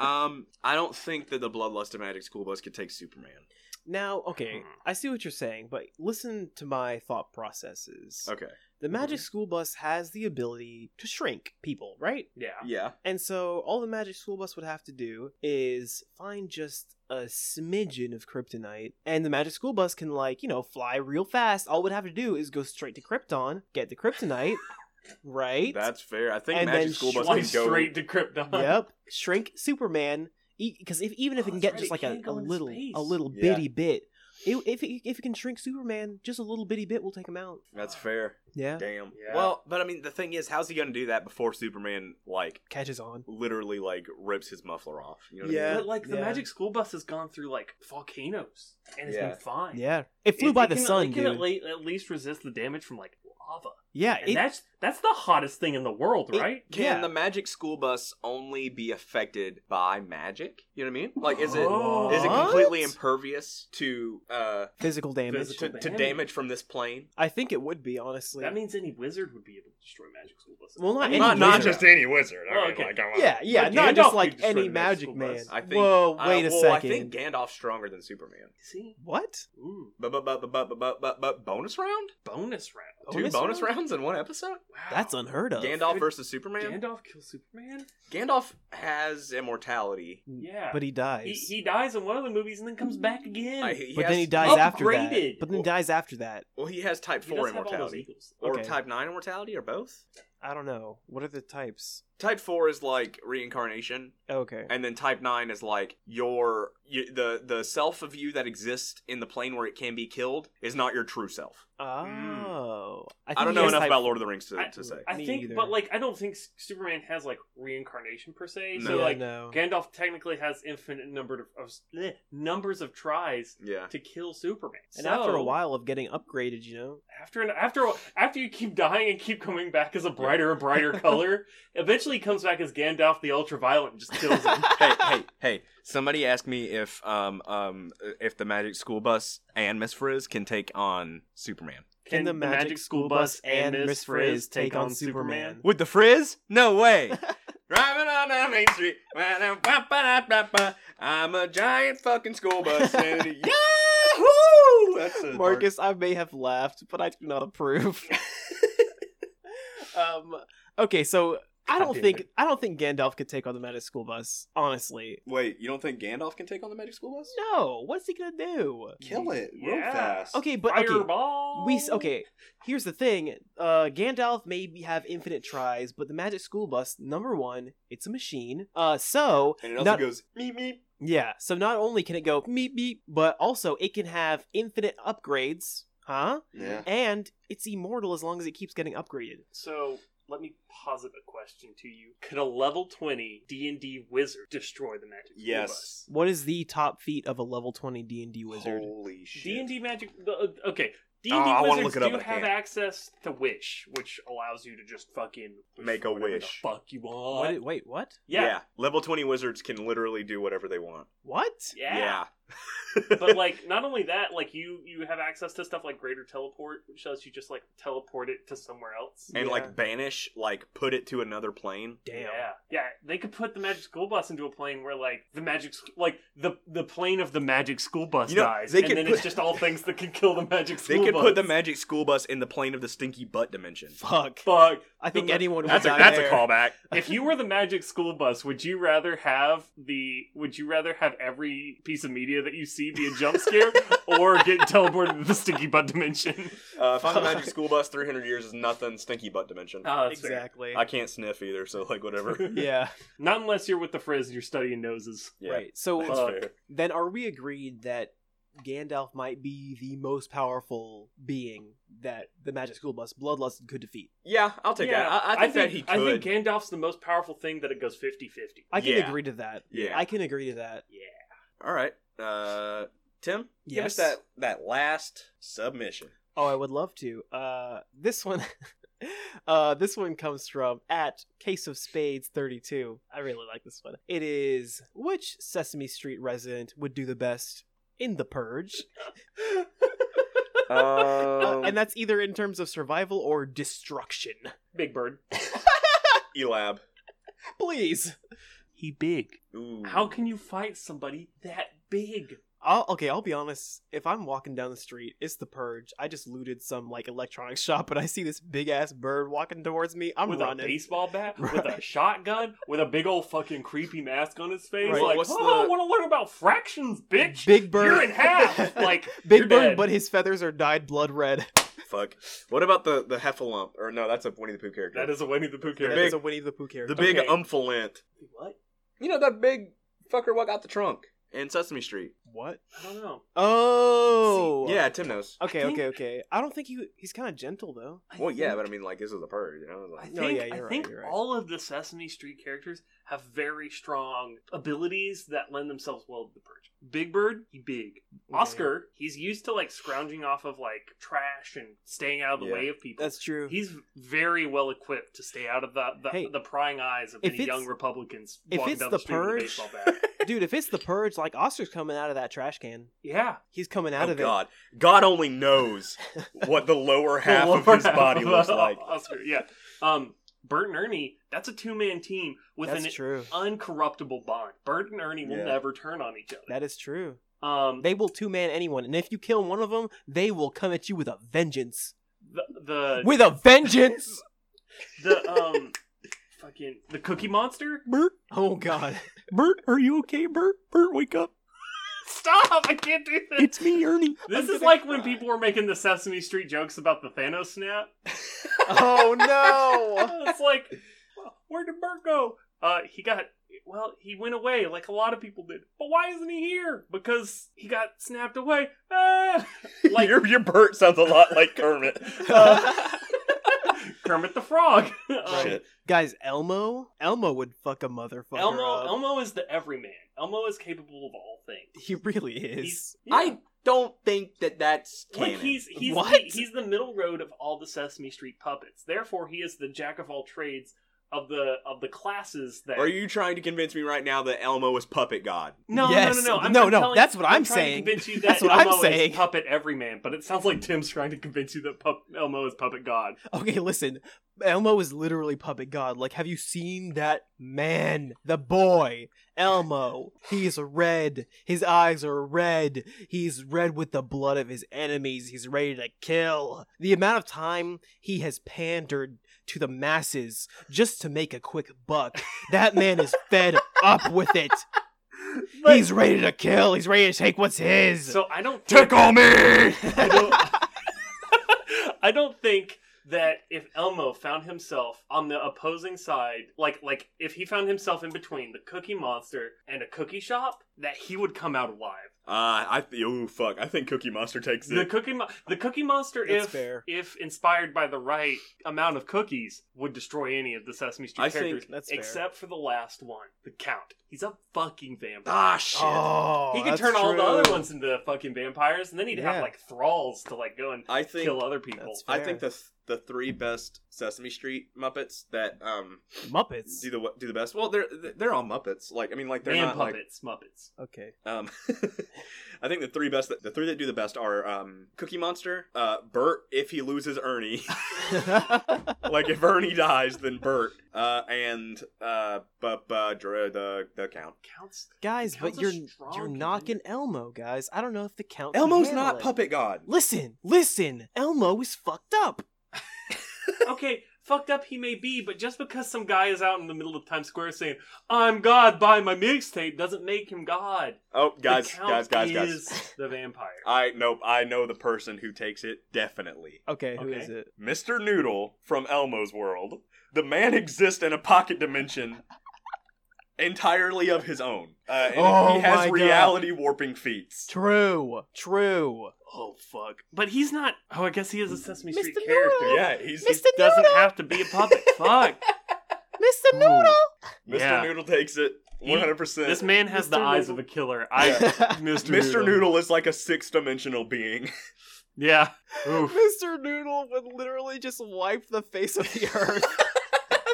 [SPEAKER 5] Um, I don't think that the bloodlust of Magic School Bus could take Superman.
[SPEAKER 3] now, okay,
[SPEAKER 2] Hmm.
[SPEAKER 3] I see what you're saying, but listen to my thought processes.
[SPEAKER 5] Okay.
[SPEAKER 3] The Magic
[SPEAKER 2] Mm-hmm.
[SPEAKER 3] School Bus has the ability to shrink people, right?
[SPEAKER 2] yeah.
[SPEAKER 5] Yeah.
[SPEAKER 3] And so all the Magic School Bus would have to do is find just a smidgen of kryptonite, and the Magic School Bus can, like, you know, fly real fast. All it would have to do is go straight to Krypton, get the kryptonite, right?
[SPEAKER 5] That's fair. I think
[SPEAKER 3] And
[SPEAKER 5] Magic
[SPEAKER 3] then
[SPEAKER 5] School Bus
[SPEAKER 2] Fly
[SPEAKER 5] can go.
[SPEAKER 2] straight to Krypton.
[SPEAKER 3] yep. Shrink Superman because if even if
[SPEAKER 2] Oh,
[SPEAKER 3] it can
[SPEAKER 2] that's
[SPEAKER 3] get
[SPEAKER 2] right,
[SPEAKER 3] just
[SPEAKER 2] it
[SPEAKER 3] like a,
[SPEAKER 2] can't
[SPEAKER 3] a
[SPEAKER 2] go into
[SPEAKER 3] little
[SPEAKER 2] space.
[SPEAKER 3] a little
[SPEAKER 5] Yeah.
[SPEAKER 3] bitty bit, it, if it, if it can shrink Superman just a little bitty bit, we'll take him out.
[SPEAKER 5] That's fair.
[SPEAKER 3] Yeah,
[SPEAKER 5] Damn.
[SPEAKER 2] Yeah.
[SPEAKER 1] Well, but I mean the thing is, how's he gonna do that before Superman like
[SPEAKER 3] catches on.
[SPEAKER 1] literally like rips his muffler off? You know what
[SPEAKER 5] Yeah.
[SPEAKER 2] But like the
[SPEAKER 3] Yeah.
[SPEAKER 2] magic school bus has gone through like volcanoes and it's
[SPEAKER 5] Yeah.
[SPEAKER 2] been fine.
[SPEAKER 3] Yeah, it flew
[SPEAKER 2] It-
[SPEAKER 3] by
[SPEAKER 2] it
[SPEAKER 3] the
[SPEAKER 2] can-
[SPEAKER 3] sun,
[SPEAKER 2] it
[SPEAKER 3] dude.
[SPEAKER 2] can at lea- at least resist the damage from like lava.
[SPEAKER 3] yeah,
[SPEAKER 2] And
[SPEAKER 3] it,
[SPEAKER 2] that's that's the hottest thing in the world,
[SPEAKER 1] I mean?
[SPEAKER 2] right?
[SPEAKER 1] It- Can
[SPEAKER 3] Yeah.
[SPEAKER 1] the Magic School Bus only be affected by magic? You know what I mean? Like, is it is
[SPEAKER 2] Oh.
[SPEAKER 1] it
[SPEAKER 3] What?
[SPEAKER 1] completely impervious to uh
[SPEAKER 3] physical damage.
[SPEAKER 1] to,
[SPEAKER 2] Physical
[SPEAKER 1] to damage from this plane?
[SPEAKER 3] I think it would be honestly.
[SPEAKER 2] That means any wizard would be able to destroy magic school buses.
[SPEAKER 3] Well, not
[SPEAKER 2] I mean,
[SPEAKER 3] any Not wizard.
[SPEAKER 1] just any wizard.
[SPEAKER 2] I mean, like,
[SPEAKER 3] yeah, yeah,
[SPEAKER 2] But
[SPEAKER 3] not
[SPEAKER 2] Gandalf
[SPEAKER 3] just
[SPEAKER 2] could
[SPEAKER 3] like
[SPEAKER 2] destroy
[SPEAKER 3] any
[SPEAKER 2] the
[SPEAKER 3] magic
[SPEAKER 2] magic
[SPEAKER 3] man.
[SPEAKER 2] school bus.
[SPEAKER 1] I think-
[SPEAKER 3] Whoa,
[SPEAKER 2] uh,
[SPEAKER 1] I-
[SPEAKER 3] wait a
[SPEAKER 1] well,
[SPEAKER 3] second.
[SPEAKER 1] I think Gandalf's stronger than Superman.
[SPEAKER 2] See?
[SPEAKER 3] What?
[SPEAKER 2] Ooh,
[SPEAKER 1] But but but but but but but bonus round?
[SPEAKER 2] bonus round.
[SPEAKER 1] Two bonus rounds in one episode?
[SPEAKER 2] Wow.
[SPEAKER 3] Oh, That's unheard of.
[SPEAKER 1] Gandalf
[SPEAKER 2] Could-
[SPEAKER 1] versus Superman.
[SPEAKER 2] Gandalf kills Superman.
[SPEAKER 1] Gandalf has immortality.
[SPEAKER 3] Mm.
[SPEAKER 2] Yeah,
[SPEAKER 3] But he dies.
[SPEAKER 2] he, he dies in one of the movies and then comes back again.
[SPEAKER 1] I- he
[SPEAKER 3] but
[SPEAKER 1] has-
[SPEAKER 3] then he dies after that.
[SPEAKER 2] upgraded.
[SPEAKER 3] But then he dies after that.
[SPEAKER 1] Well, he has type
[SPEAKER 2] He
[SPEAKER 1] four
[SPEAKER 2] does have all those
[SPEAKER 1] immortality
[SPEAKER 2] eagles.
[SPEAKER 1] or
[SPEAKER 3] Okay.
[SPEAKER 1] type nine immortality or both.
[SPEAKER 3] I don't know. What are the types?
[SPEAKER 5] Type four is like reincarnation,
[SPEAKER 3] Okay.
[SPEAKER 5] and then type nine is like your you, the the self of you that exists in the plane where it can be killed is not your true self.
[SPEAKER 3] Oh. think
[SPEAKER 5] I don't
[SPEAKER 3] he
[SPEAKER 5] know
[SPEAKER 3] has
[SPEAKER 5] enough
[SPEAKER 3] type-
[SPEAKER 5] about Lord of the Rings to, to say.
[SPEAKER 2] I
[SPEAKER 3] Me
[SPEAKER 2] think,
[SPEAKER 3] either.
[SPEAKER 2] but like, I don't think S- Superman has like reincarnation per se.
[SPEAKER 5] No.
[SPEAKER 2] So
[SPEAKER 3] Yeah,
[SPEAKER 2] like,
[SPEAKER 3] no.
[SPEAKER 2] Gandalf technically has infinite number of, of bleh, numbers of tries
[SPEAKER 5] yeah.
[SPEAKER 2] to kill Superman.
[SPEAKER 3] And after a
[SPEAKER 2] So,
[SPEAKER 3] while of getting upgraded, you know,
[SPEAKER 2] after an, after a- after you keep dying and keep coming back as a brighter and brighter color, eventually he comes back as Gandalf the Ultraviolet and just kills him.
[SPEAKER 5] hey, hey,
[SPEAKER 1] Hey, somebody asked me if um um if the Magic School Bus and Miss Frizz can take on Superman.
[SPEAKER 3] Can the Magic School Bus and Miss Frizz take on Superman?
[SPEAKER 1] With the Frizz? No way. Driving on down Main Street. Ba-da-ba-ba-da-ba-ba. I'm a giant fucking school bus. and Yahoo! That's a
[SPEAKER 3] Marcus, I may have laughed, but I do not approve. um. Okay, so I
[SPEAKER 1] God
[SPEAKER 3] don't
[SPEAKER 1] damn
[SPEAKER 3] think I don't think Gandalf could take on the Magic School Bus. Honestly,
[SPEAKER 5] Wait, you don't think Gandalf can take on the magic school bus?
[SPEAKER 3] no. What's he gonna do?
[SPEAKER 5] Kill it real
[SPEAKER 2] Yeah.
[SPEAKER 5] fast.
[SPEAKER 3] Okay, but okay,
[SPEAKER 2] Fireball.
[SPEAKER 3] We s- okay. Here's the thing. Uh, Gandalf may be- have infinite tries, but the Magic School Bus, number one, it's a machine. Uh, so
[SPEAKER 5] And it also
[SPEAKER 3] Not-
[SPEAKER 5] goes meep meep.
[SPEAKER 3] yeah, so not only can it go meep meep, but also it can have infinite upgrades, huh?
[SPEAKER 5] Yeah.
[SPEAKER 3] And it's immortal as long as it keeps getting upgraded.
[SPEAKER 2] So let me posit a question to you: Could a level twenty D and D wizard destroy the Magic School Bus?
[SPEAKER 5] Yes.
[SPEAKER 3] What is the top feat of a level twenty D and D wizard?
[SPEAKER 5] Holy shit.
[SPEAKER 2] D and D Magic. the- uh, Okay. D
[SPEAKER 5] Oh, I
[SPEAKER 2] and D
[SPEAKER 5] wanna look
[SPEAKER 2] wizards
[SPEAKER 5] it up,
[SPEAKER 2] do
[SPEAKER 5] but I
[SPEAKER 2] have
[SPEAKER 5] can't.
[SPEAKER 2] access to Wish, which allows you to just fucking
[SPEAKER 5] Make a
[SPEAKER 2] whatever the
[SPEAKER 5] wish.
[SPEAKER 2] fuck you want.
[SPEAKER 3] What? Wait, what?
[SPEAKER 5] Yeah.
[SPEAKER 2] yeah.
[SPEAKER 5] Level 20 wizards can literally do whatever they want.
[SPEAKER 3] What?
[SPEAKER 2] Yeah.
[SPEAKER 5] Yeah.
[SPEAKER 2] but like, not only that, like you you have access to stuff like Greater Teleport, which lets you just like teleport it to somewhere else.
[SPEAKER 5] and
[SPEAKER 3] Yeah.
[SPEAKER 5] like banish, like put it to another plane.
[SPEAKER 3] Damn.
[SPEAKER 2] Yeah, yeah. They could put the Magic School Bus into a plane where, like, the Magic, Sch- like the the plane of the Magic School Bus
[SPEAKER 5] You know,
[SPEAKER 2] dies,
[SPEAKER 5] they
[SPEAKER 2] and
[SPEAKER 5] could
[SPEAKER 2] then
[SPEAKER 5] put-
[SPEAKER 2] it's just all things that can kill the Magic School
[SPEAKER 5] They
[SPEAKER 2] Bus.
[SPEAKER 5] could put the magic school bus in the plane of the stinky butt dimension.
[SPEAKER 3] Fuck.
[SPEAKER 2] Fuck.
[SPEAKER 3] I think
[SPEAKER 2] The ma-
[SPEAKER 3] anyone would
[SPEAKER 5] That's a,
[SPEAKER 3] die
[SPEAKER 5] that's a
[SPEAKER 3] there.
[SPEAKER 5] callback.
[SPEAKER 2] If you were the Magic School Bus, would you rather have the? Would you rather have every piece of media that you see be a jump scare, or get teleported to the Stinky Butt Dimension?
[SPEAKER 5] Uh, if I'm the
[SPEAKER 3] Fuck.
[SPEAKER 5] magic school bus, 300 years is nothing. Stinky butt dimension.
[SPEAKER 2] Oh, that's fair.
[SPEAKER 3] Exactly.
[SPEAKER 5] I can't sniff either, so like whatever.
[SPEAKER 3] Yeah.
[SPEAKER 2] Not unless you're with the Frizz and you're studying noses.
[SPEAKER 5] Yeah,
[SPEAKER 3] Right. So
[SPEAKER 5] That's
[SPEAKER 2] Fuck.
[SPEAKER 5] fair.
[SPEAKER 3] then are we agreed that Gandalf might be the most powerful being that the Magic School Bus Bloodlust could defeat?
[SPEAKER 5] Yeah, I'll take
[SPEAKER 2] Yeah,
[SPEAKER 5] that. I, I, think that he
[SPEAKER 2] I
[SPEAKER 5] could.
[SPEAKER 2] think Gandalf's the most powerful thing that it goes 50-50.
[SPEAKER 3] I can
[SPEAKER 5] Yeah.
[SPEAKER 3] agree to that.
[SPEAKER 5] yeah.
[SPEAKER 3] I can agree to that.
[SPEAKER 5] All right. Uh, Tim, give us
[SPEAKER 3] Yes.
[SPEAKER 5] that that last submission.
[SPEAKER 3] Oh, I would love to. Uh, this one, uh, this one comes from at Case of Spades thirty two. I really like this one. It is which Sesame Street resident would do the best in the Purge,
[SPEAKER 5] Um,
[SPEAKER 3] and that's either in terms of survival or destruction.
[SPEAKER 2] Big Bird.
[SPEAKER 5] Elab.
[SPEAKER 3] Please.
[SPEAKER 2] He big.
[SPEAKER 5] Ooh.
[SPEAKER 2] How can you fight somebody that big?
[SPEAKER 3] I'll, okay, I'll be honest. If I'm walking down the street, it's the purge. I just looted some like electronics shop, and I see this big ass bird walking towards me. I'm
[SPEAKER 2] with a
[SPEAKER 3] running.
[SPEAKER 2] baseball bat, with a
[SPEAKER 3] Right.
[SPEAKER 2] shotgun, with a big old fucking creepy mask on his face.
[SPEAKER 3] Right,
[SPEAKER 2] Like,
[SPEAKER 5] what's
[SPEAKER 2] oh,
[SPEAKER 5] the-
[SPEAKER 2] I want to learn about fractions, bitch.
[SPEAKER 3] Big bird.
[SPEAKER 2] You're in half. Like
[SPEAKER 3] big
[SPEAKER 2] you're
[SPEAKER 3] bird,
[SPEAKER 2] dead.
[SPEAKER 3] but his feathers are dyed blood red.
[SPEAKER 5] Fuck. What about the the heffalump? Or no, that's a Winnie the Pooh character.
[SPEAKER 2] that is a Winnie the Pooh
[SPEAKER 3] That
[SPEAKER 2] character.
[SPEAKER 5] big-
[SPEAKER 3] is a Winnie the Pooh character.
[SPEAKER 5] the big
[SPEAKER 2] Okay.
[SPEAKER 5] umphalant.
[SPEAKER 2] What?
[SPEAKER 5] You know that big fucker what got the trunk in Sesame Street.
[SPEAKER 3] what?
[SPEAKER 2] I don't know.
[SPEAKER 3] Oh,
[SPEAKER 5] Yeah, Tim knows.
[SPEAKER 3] Okay,
[SPEAKER 2] I think-
[SPEAKER 3] okay, okay. I don't think he he's kind of gentle though.
[SPEAKER 2] I
[SPEAKER 5] Well, yeah,
[SPEAKER 2] think-
[SPEAKER 5] but I mean, like this is a purge, you know.
[SPEAKER 2] I
[SPEAKER 5] Like,
[SPEAKER 2] think,
[SPEAKER 3] No, oh, yeah,
[SPEAKER 2] I
[SPEAKER 3] you're right,
[SPEAKER 2] think
[SPEAKER 3] you're right.
[SPEAKER 2] all of the Sesame Street characters have very strong abilities that lend themselves well to the purge. Big Bird, he big. Oscar, he's used to like scrounging off of like trash and staying out of the
[SPEAKER 5] Yeah.
[SPEAKER 2] way of people.
[SPEAKER 3] that's true.
[SPEAKER 2] He's very well equipped to stay out of the the,
[SPEAKER 3] Hey,
[SPEAKER 2] the prying eyes of
[SPEAKER 3] if
[SPEAKER 2] any
[SPEAKER 3] it's-
[SPEAKER 2] young Republicans
[SPEAKER 3] if
[SPEAKER 2] walking
[SPEAKER 3] it's
[SPEAKER 2] down
[SPEAKER 3] the
[SPEAKER 2] the, street with a
[SPEAKER 3] purge-
[SPEAKER 2] baseball bat.
[SPEAKER 3] Dude, if it's the purge, like Oscar's coming out of that trash can.
[SPEAKER 2] yeah,
[SPEAKER 3] He's coming out
[SPEAKER 5] oh
[SPEAKER 3] of
[SPEAKER 5] God, God only knows what the lower half
[SPEAKER 2] The
[SPEAKER 5] of
[SPEAKER 2] lower
[SPEAKER 5] his
[SPEAKER 2] half
[SPEAKER 5] body
[SPEAKER 2] of
[SPEAKER 5] looks like.
[SPEAKER 2] Oscar, yeah. Um, Bert and Ernie, that's a two man team
[SPEAKER 3] it.
[SPEAKER 2] with
[SPEAKER 3] That's
[SPEAKER 2] an
[SPEAKER 3] true.
[SPEAKER 2] uncorruptible bond. Bert and Ernie will
[SPEAKER 5] Yeah.
[SPEAKER 2] never turn on each other.
[SPEAKER 3] That is true.
[SPEAKER 2] Um,
[SPEAKER 3] They will two man anyone, and if you kill one of them, they will come at you with a vengeance.
[SPEAKER 2] the the,
[SPEAKER 3] With a vengeance.
[SPEAKER 2] the um. Fucking the Cookie Monster!
[SPEAKER 3] Bert. Oh God. Bert, are you okay, Bert? Bert, wake up.
[SPEAKER 2] Stop! I can't do this.
[SPEAKER 3] me, Ernie.
[SPEAKER 2] this
[SPEAKER 5] I'm
[SPEAKER 2] is
[SPEAKER 5] gonna
[SPEAKER 2] like when
[SPEAKER 5] cry.
[SPEAKER 2] people were making the Sesame Street jokes about the Thanos snap.
[SPEAKER 3] oh no.
[SPEAKER 2] it's like Where did Bert go? Uh, he got well, he went away like a lot of people did. But why isn't he here? Because he got snapped away. Ah! Like-
[SPEAKER 6] your your Bert sounds a lot like Kermit.
[SPEAKER 2] Uh, Kermit the Frog. Um,
[SPEAKER 6] Shit.
[SPEAKER 3] Guys, Elmo, Elmo would fuck a motherfucker.
[SPEAKER 2] Elmo
[SPEAKER 3] up.
[SPEAKER 2] Elmo is the everyman. Elmo is capable of all things.
[SPEAKER 3] he really is.
[SPEAKER 2] He's, yeah.
[SPEAKER 1] I don't think that that's canon.
[SPEAKER 2] Like he's he's
[SPEAKER 3] What?
[SPEAKER 2] The, he's the middle road of all the Sesame Street puppets. Therefore, he is the jack of all trades of the of the classes that.
[SPEAKER 1] Are you trying to convince me right now that Elmo is puppet god?
[SPEAKER 2] No,
[SPEAKER 3] Yes.
[SPEAKER 2] no, no, no, I'm,
[SPEAKER 3] No,
[SPEAKER 2] I'm
[SPEAKER 3] no,
[SPEAKER 2] telling-
[SPEAKER 3] that's what I'm
[SPEAKER 2] trying to
[SPEAKER 3] saying.
[SPEAKER 2] convince you that
[SPEAKER 3] That's what I'm
[SPEAKER 2] Elmo
[SPEAKER 3] saying.
[SPEAKER 2] Is puppet everyman, but it sounds like Tim's trying to convince you that pup- Elmo is puppet god.
[SPEAKER 3] Okay, listen. Elmo is literally puppet god. Like, have you seen that man? The boy, Elmo. He's red. His eyes are red. He's red with the blood of his enemies. He's ready to kill. The amount of time he has pandered to the masses just to make a quick buck, that man is fed up with it.
[SPEAKER 2] But-
[SPEAKER 3] He's ready to kill. He's ready to take what's his.
[SPEAKER 2] So I don't think,
[SPEAKER 1] Tickle me!
[SPEAKER 2] I don't, I don't think that if Elmo found himself on the opposing side, like like if he found himself in between the Cookie Monster and a cookie shop, that he would come out alive.
[SPEAKER 6] Uh, I th- ooh fuck. I think Cookie Monster takes
[SPEAKER 2] The
[SPEAKER 6] it.
[SPEAKER 2] cookie, Mo- the cookie monster,
[SPEAKER 3] That's
[SPEAKER 2] if
[SPEAKER 3] fair.
[SPEAKER 2] if inspired by the right amount of cookies, would destroy any of the Sesame Street
[SPEAKER 1] I think
[SPEAKER 2] characters,
[SPEAKER 3] that's fair.
[SPEAKER 2] except for the last one, the Count. He's a fucking vampire.
[SPEAKER 1] ah, shit.
[SPEAKER 3] Oh,
[SPEAKER 2] he could
[SPEAKER 3] that's
[SPEAKER 2] turn all the
[SPEAKER 3] true.
[SPEAKER 2] other ones into fucking vampires, and then he'd
[SPEAKER 3] Yeah.
[SPEAKER 2] have like thralls to like go and
[SPEAKER 1] I think
[SPEAKER 2] kill other people.
[SPEAKER 3] That's
[SPEAKER 1] I
[SPEAKER 3] fair.
[SPEAKER 1] think the th- the three best Sesame Street Muppets that um
[SPEAKER 3] Muppets.
[SPEAKER 1] do the do the best. Well, they're they're all Muppets. Like I mean, like they're
[SPEAKER 2] Man
[SPEAKER 1] not like
[SPEAKER 2] puppets, Muppets.
[SPEAKER 3] Okay.
[SPEAKER 1] Um, I think the three best, that, the three that do the best are um, Cookie Monster, uh, Bert if he loses Ernie, like if Ernie dies, then Bert, uh, and uh, bu- bu- dr- the the Count.
[SPEAKER 2] Counts.
[SPEAKER 3] guys,
[SPEAKER 2] The
[SPEAKER 3] but
[SPEAKER 2] count's
[SPEAKER 3] you're
[SPEAKER 2] a strong
[SPEAKER 3] you're
[SPEAKER 2] contender.
[SPEAKER 3] knocking Elmo, guys. I don't know if the count. can
[SPEAKER 1] Elmo's
[SPEAKER 3] handle
[SPEAKER 1] not
[SPEAKER 3] it.
[SPEAKER 1] Puppet God.
[SPEAKER 3] Listen, listen. Elmo is fucked up.
[SPEAKER 2] okay, fucked up he may be, but just because some guy is out in the middle of Times Square saying "I'm God" by my mixtape doesn't make him God.
[SPEAKER 1] Oh,
[SPEAKER 2] The
[SPEAKER 1] guys,
[SPEAKER 2] Count
[SPEAKER 1] guys, guys, guys.
[SPEAKER 2] is the vampire.
[SPEAKER 1] I nope. I know the person who takes it definitely.
[SPEAKER 3] Okay, who
[SPEAKER 2] Okay.
[SPEAKER 3] is it?
[SPEAKER 6] Mr. Noodle from Elmo's World. The man exists in a pocket dimension
[SPEAKER 1] Entirely of his own.
[SPEAKER 6] uh, and
[SPEAKER 3] Oh
[SPEAKER 6] he has
[SPEAKER 3] my God.
[SPEAKER 6] reality warping feats.
[SPEAKER 3] True, true.
[SPEAKER 2] Oh fuck! But he's not. Oh, I guess he is a Sesame Street
[SPEAKER 3] Mr.
[SPEAKER 2] character.
[SPEAKER 3] Noodle.
[SPEAKER 6] Yeah, he's
[SPEAKER 2] He
[SPEAKER 3] Mr.
[SPEAKER 2] doesn't
[SPEAKER 3] Noodle.
[SPEAKER 2] have to be a puppet. fuck.
[SPEAKER 3] Mr.
[SPEAKER 2] Ooh.
[SPEAKER 3] Noodle.
[SPEAKER 6] Mr.
[SPEAKER 2] Yeah.
[SPEAKER 6] Noodle takes it
[SPEAKER 2] He-
[SPEAKER 6] 100%.
[SPEAKER 2] This man has the
[SPEAKER 3] Mr.
[SPEAKER 2] eyes
[SPEAKER 3] Noodle.
[SPEAKER 2] of a killer. I, Mr.
[SPEAKER 6] Mr. Noodle. is like a six-dimensional being.
[SPEAKER 2] Yeah. Oof.
[SPEAKER 3] Mr. Noodle would literally just wipe the face of the earth.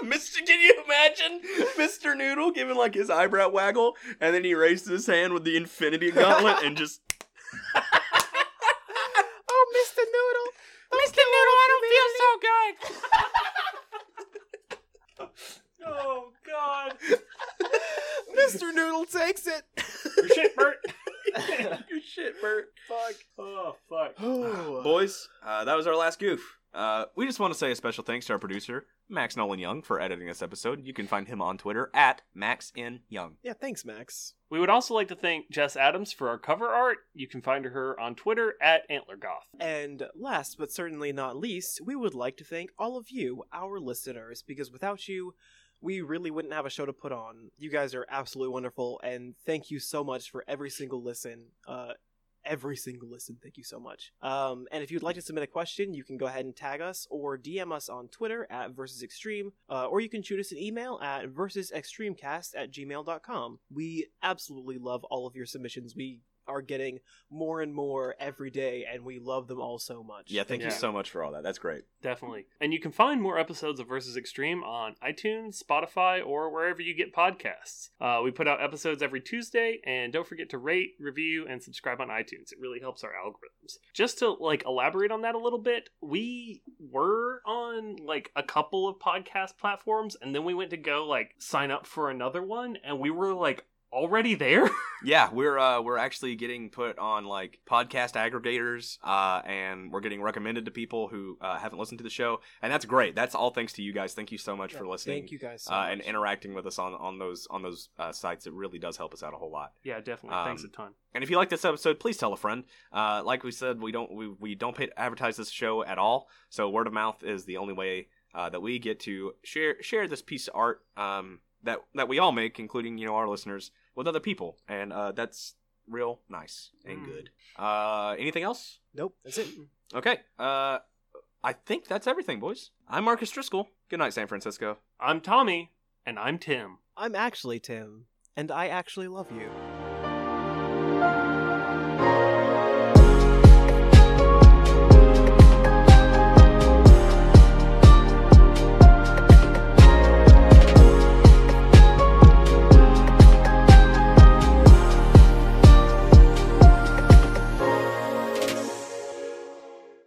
[SPEAKER 1] Mr. Can you imagine Mr. Noodle giving like his eyebrow waggle, and then he raises his hand with the Infinity Gauntlet and just
[SPEAKER 3] oh, Mr. Noodle. Mr.
[SPEAKER 4] I don't feel so good.
[SPEAKER 2] Oh God.
[SPEAKER 3] Mr. Noodle takes it.
[SPEAKER 2] Your shit, Bert.
[SPEAKER 1] your shit, Bert. Fuck.
[SPEAKER 2] Oh fuck.
[SPEAKER 1] Boys, uh, that was our last goof. Uh, we just want to say a special thanks to our producer, Max Nolan Young, for editing this episode. You can find him on Twitter at MaxNYoung.
[SPEAKER 3] yeah, thanks, Max.
[SPEAKER 2] We would also like to thank Jess Adams for our cover art. You can find her on Twitter at AntlerGoth.
[SPEAKER 3] And last but certainly not least, we would like to thank all of you, our listeners, because without you, we really wouldn't have a show to put on. You guys are absolutely wonderful, and thank you so much for every single listen. Uh, every single listen, thank you so much. Um, and if you'd like to submit a question, you can go ahead and tag us or DM us on Twitter at Versus Extreme, uh, or you can shoot us an email at versusextremecast at gmail.com. We absolutely love all of your submissions. We are getting more and more every day, and we love them all so much.
[SPEAKER 1] Yeah, thank you
[SPEAKER 2] Yeah.
[SPEAKER 1] so much for all that. That's great.
[SPEAKER 2] Definitely. And you can find more episodes of Versus Extreme on iTunes, Spotify, or wherever you get podcasts. Uh, we put out episodes every Tuesday, and don't forget to rate, review, and subscribe on iTunes. It really helps our algorithms. Just to like elaborate on that a little bit, we were on like a couple of podcast platforms, and then we went to go like sign up for another one, and we were like already there.
[SPEAKER 1] Yeah, we're uh, we're actually getting put on like podcast aggregators, uh, and we're getting recommended to people who uh, haven't listened to the show, and that's great. That's all thanks to you guys. Thank you so much for listening.
[SPEAKER 3] Thank you guys so
[SPEAKER 1] Uh,
[SPEAKER 3] much.
[SPEAKER 1] and interacting with us on, on those on those uh, sites, it really does help us out a whole lot.
[SPEAKER 2] yeah, definitely. Thanks a
[SPEAKER 1] Um,
[SPEAKER 2] ton.
[SPEAKER 1] And if you like this episode, please tell a friend. Uh, like we said, we don't we, we don't pay advertise this show at all, so word of mouth is the only way uh, that we get to share share this piece of art um, that that we all make, including you know our listeners, with other people, and uh, that's real nice and
[SPEAKER 2] Mm.
[SPEAKER 1] good. Uh, anything else?
[SPEAKER 3] Nope, that's it.
[SPEAKER 1] Okay. Uh, I think that's everything, boys. I'm Marcus Driscoll. Good night, San Francisco.
[SPEAKER 2] I'm Tommy, and I'm Tim.
[SPEAKER 3] I'm actually Tim, and I actually love you.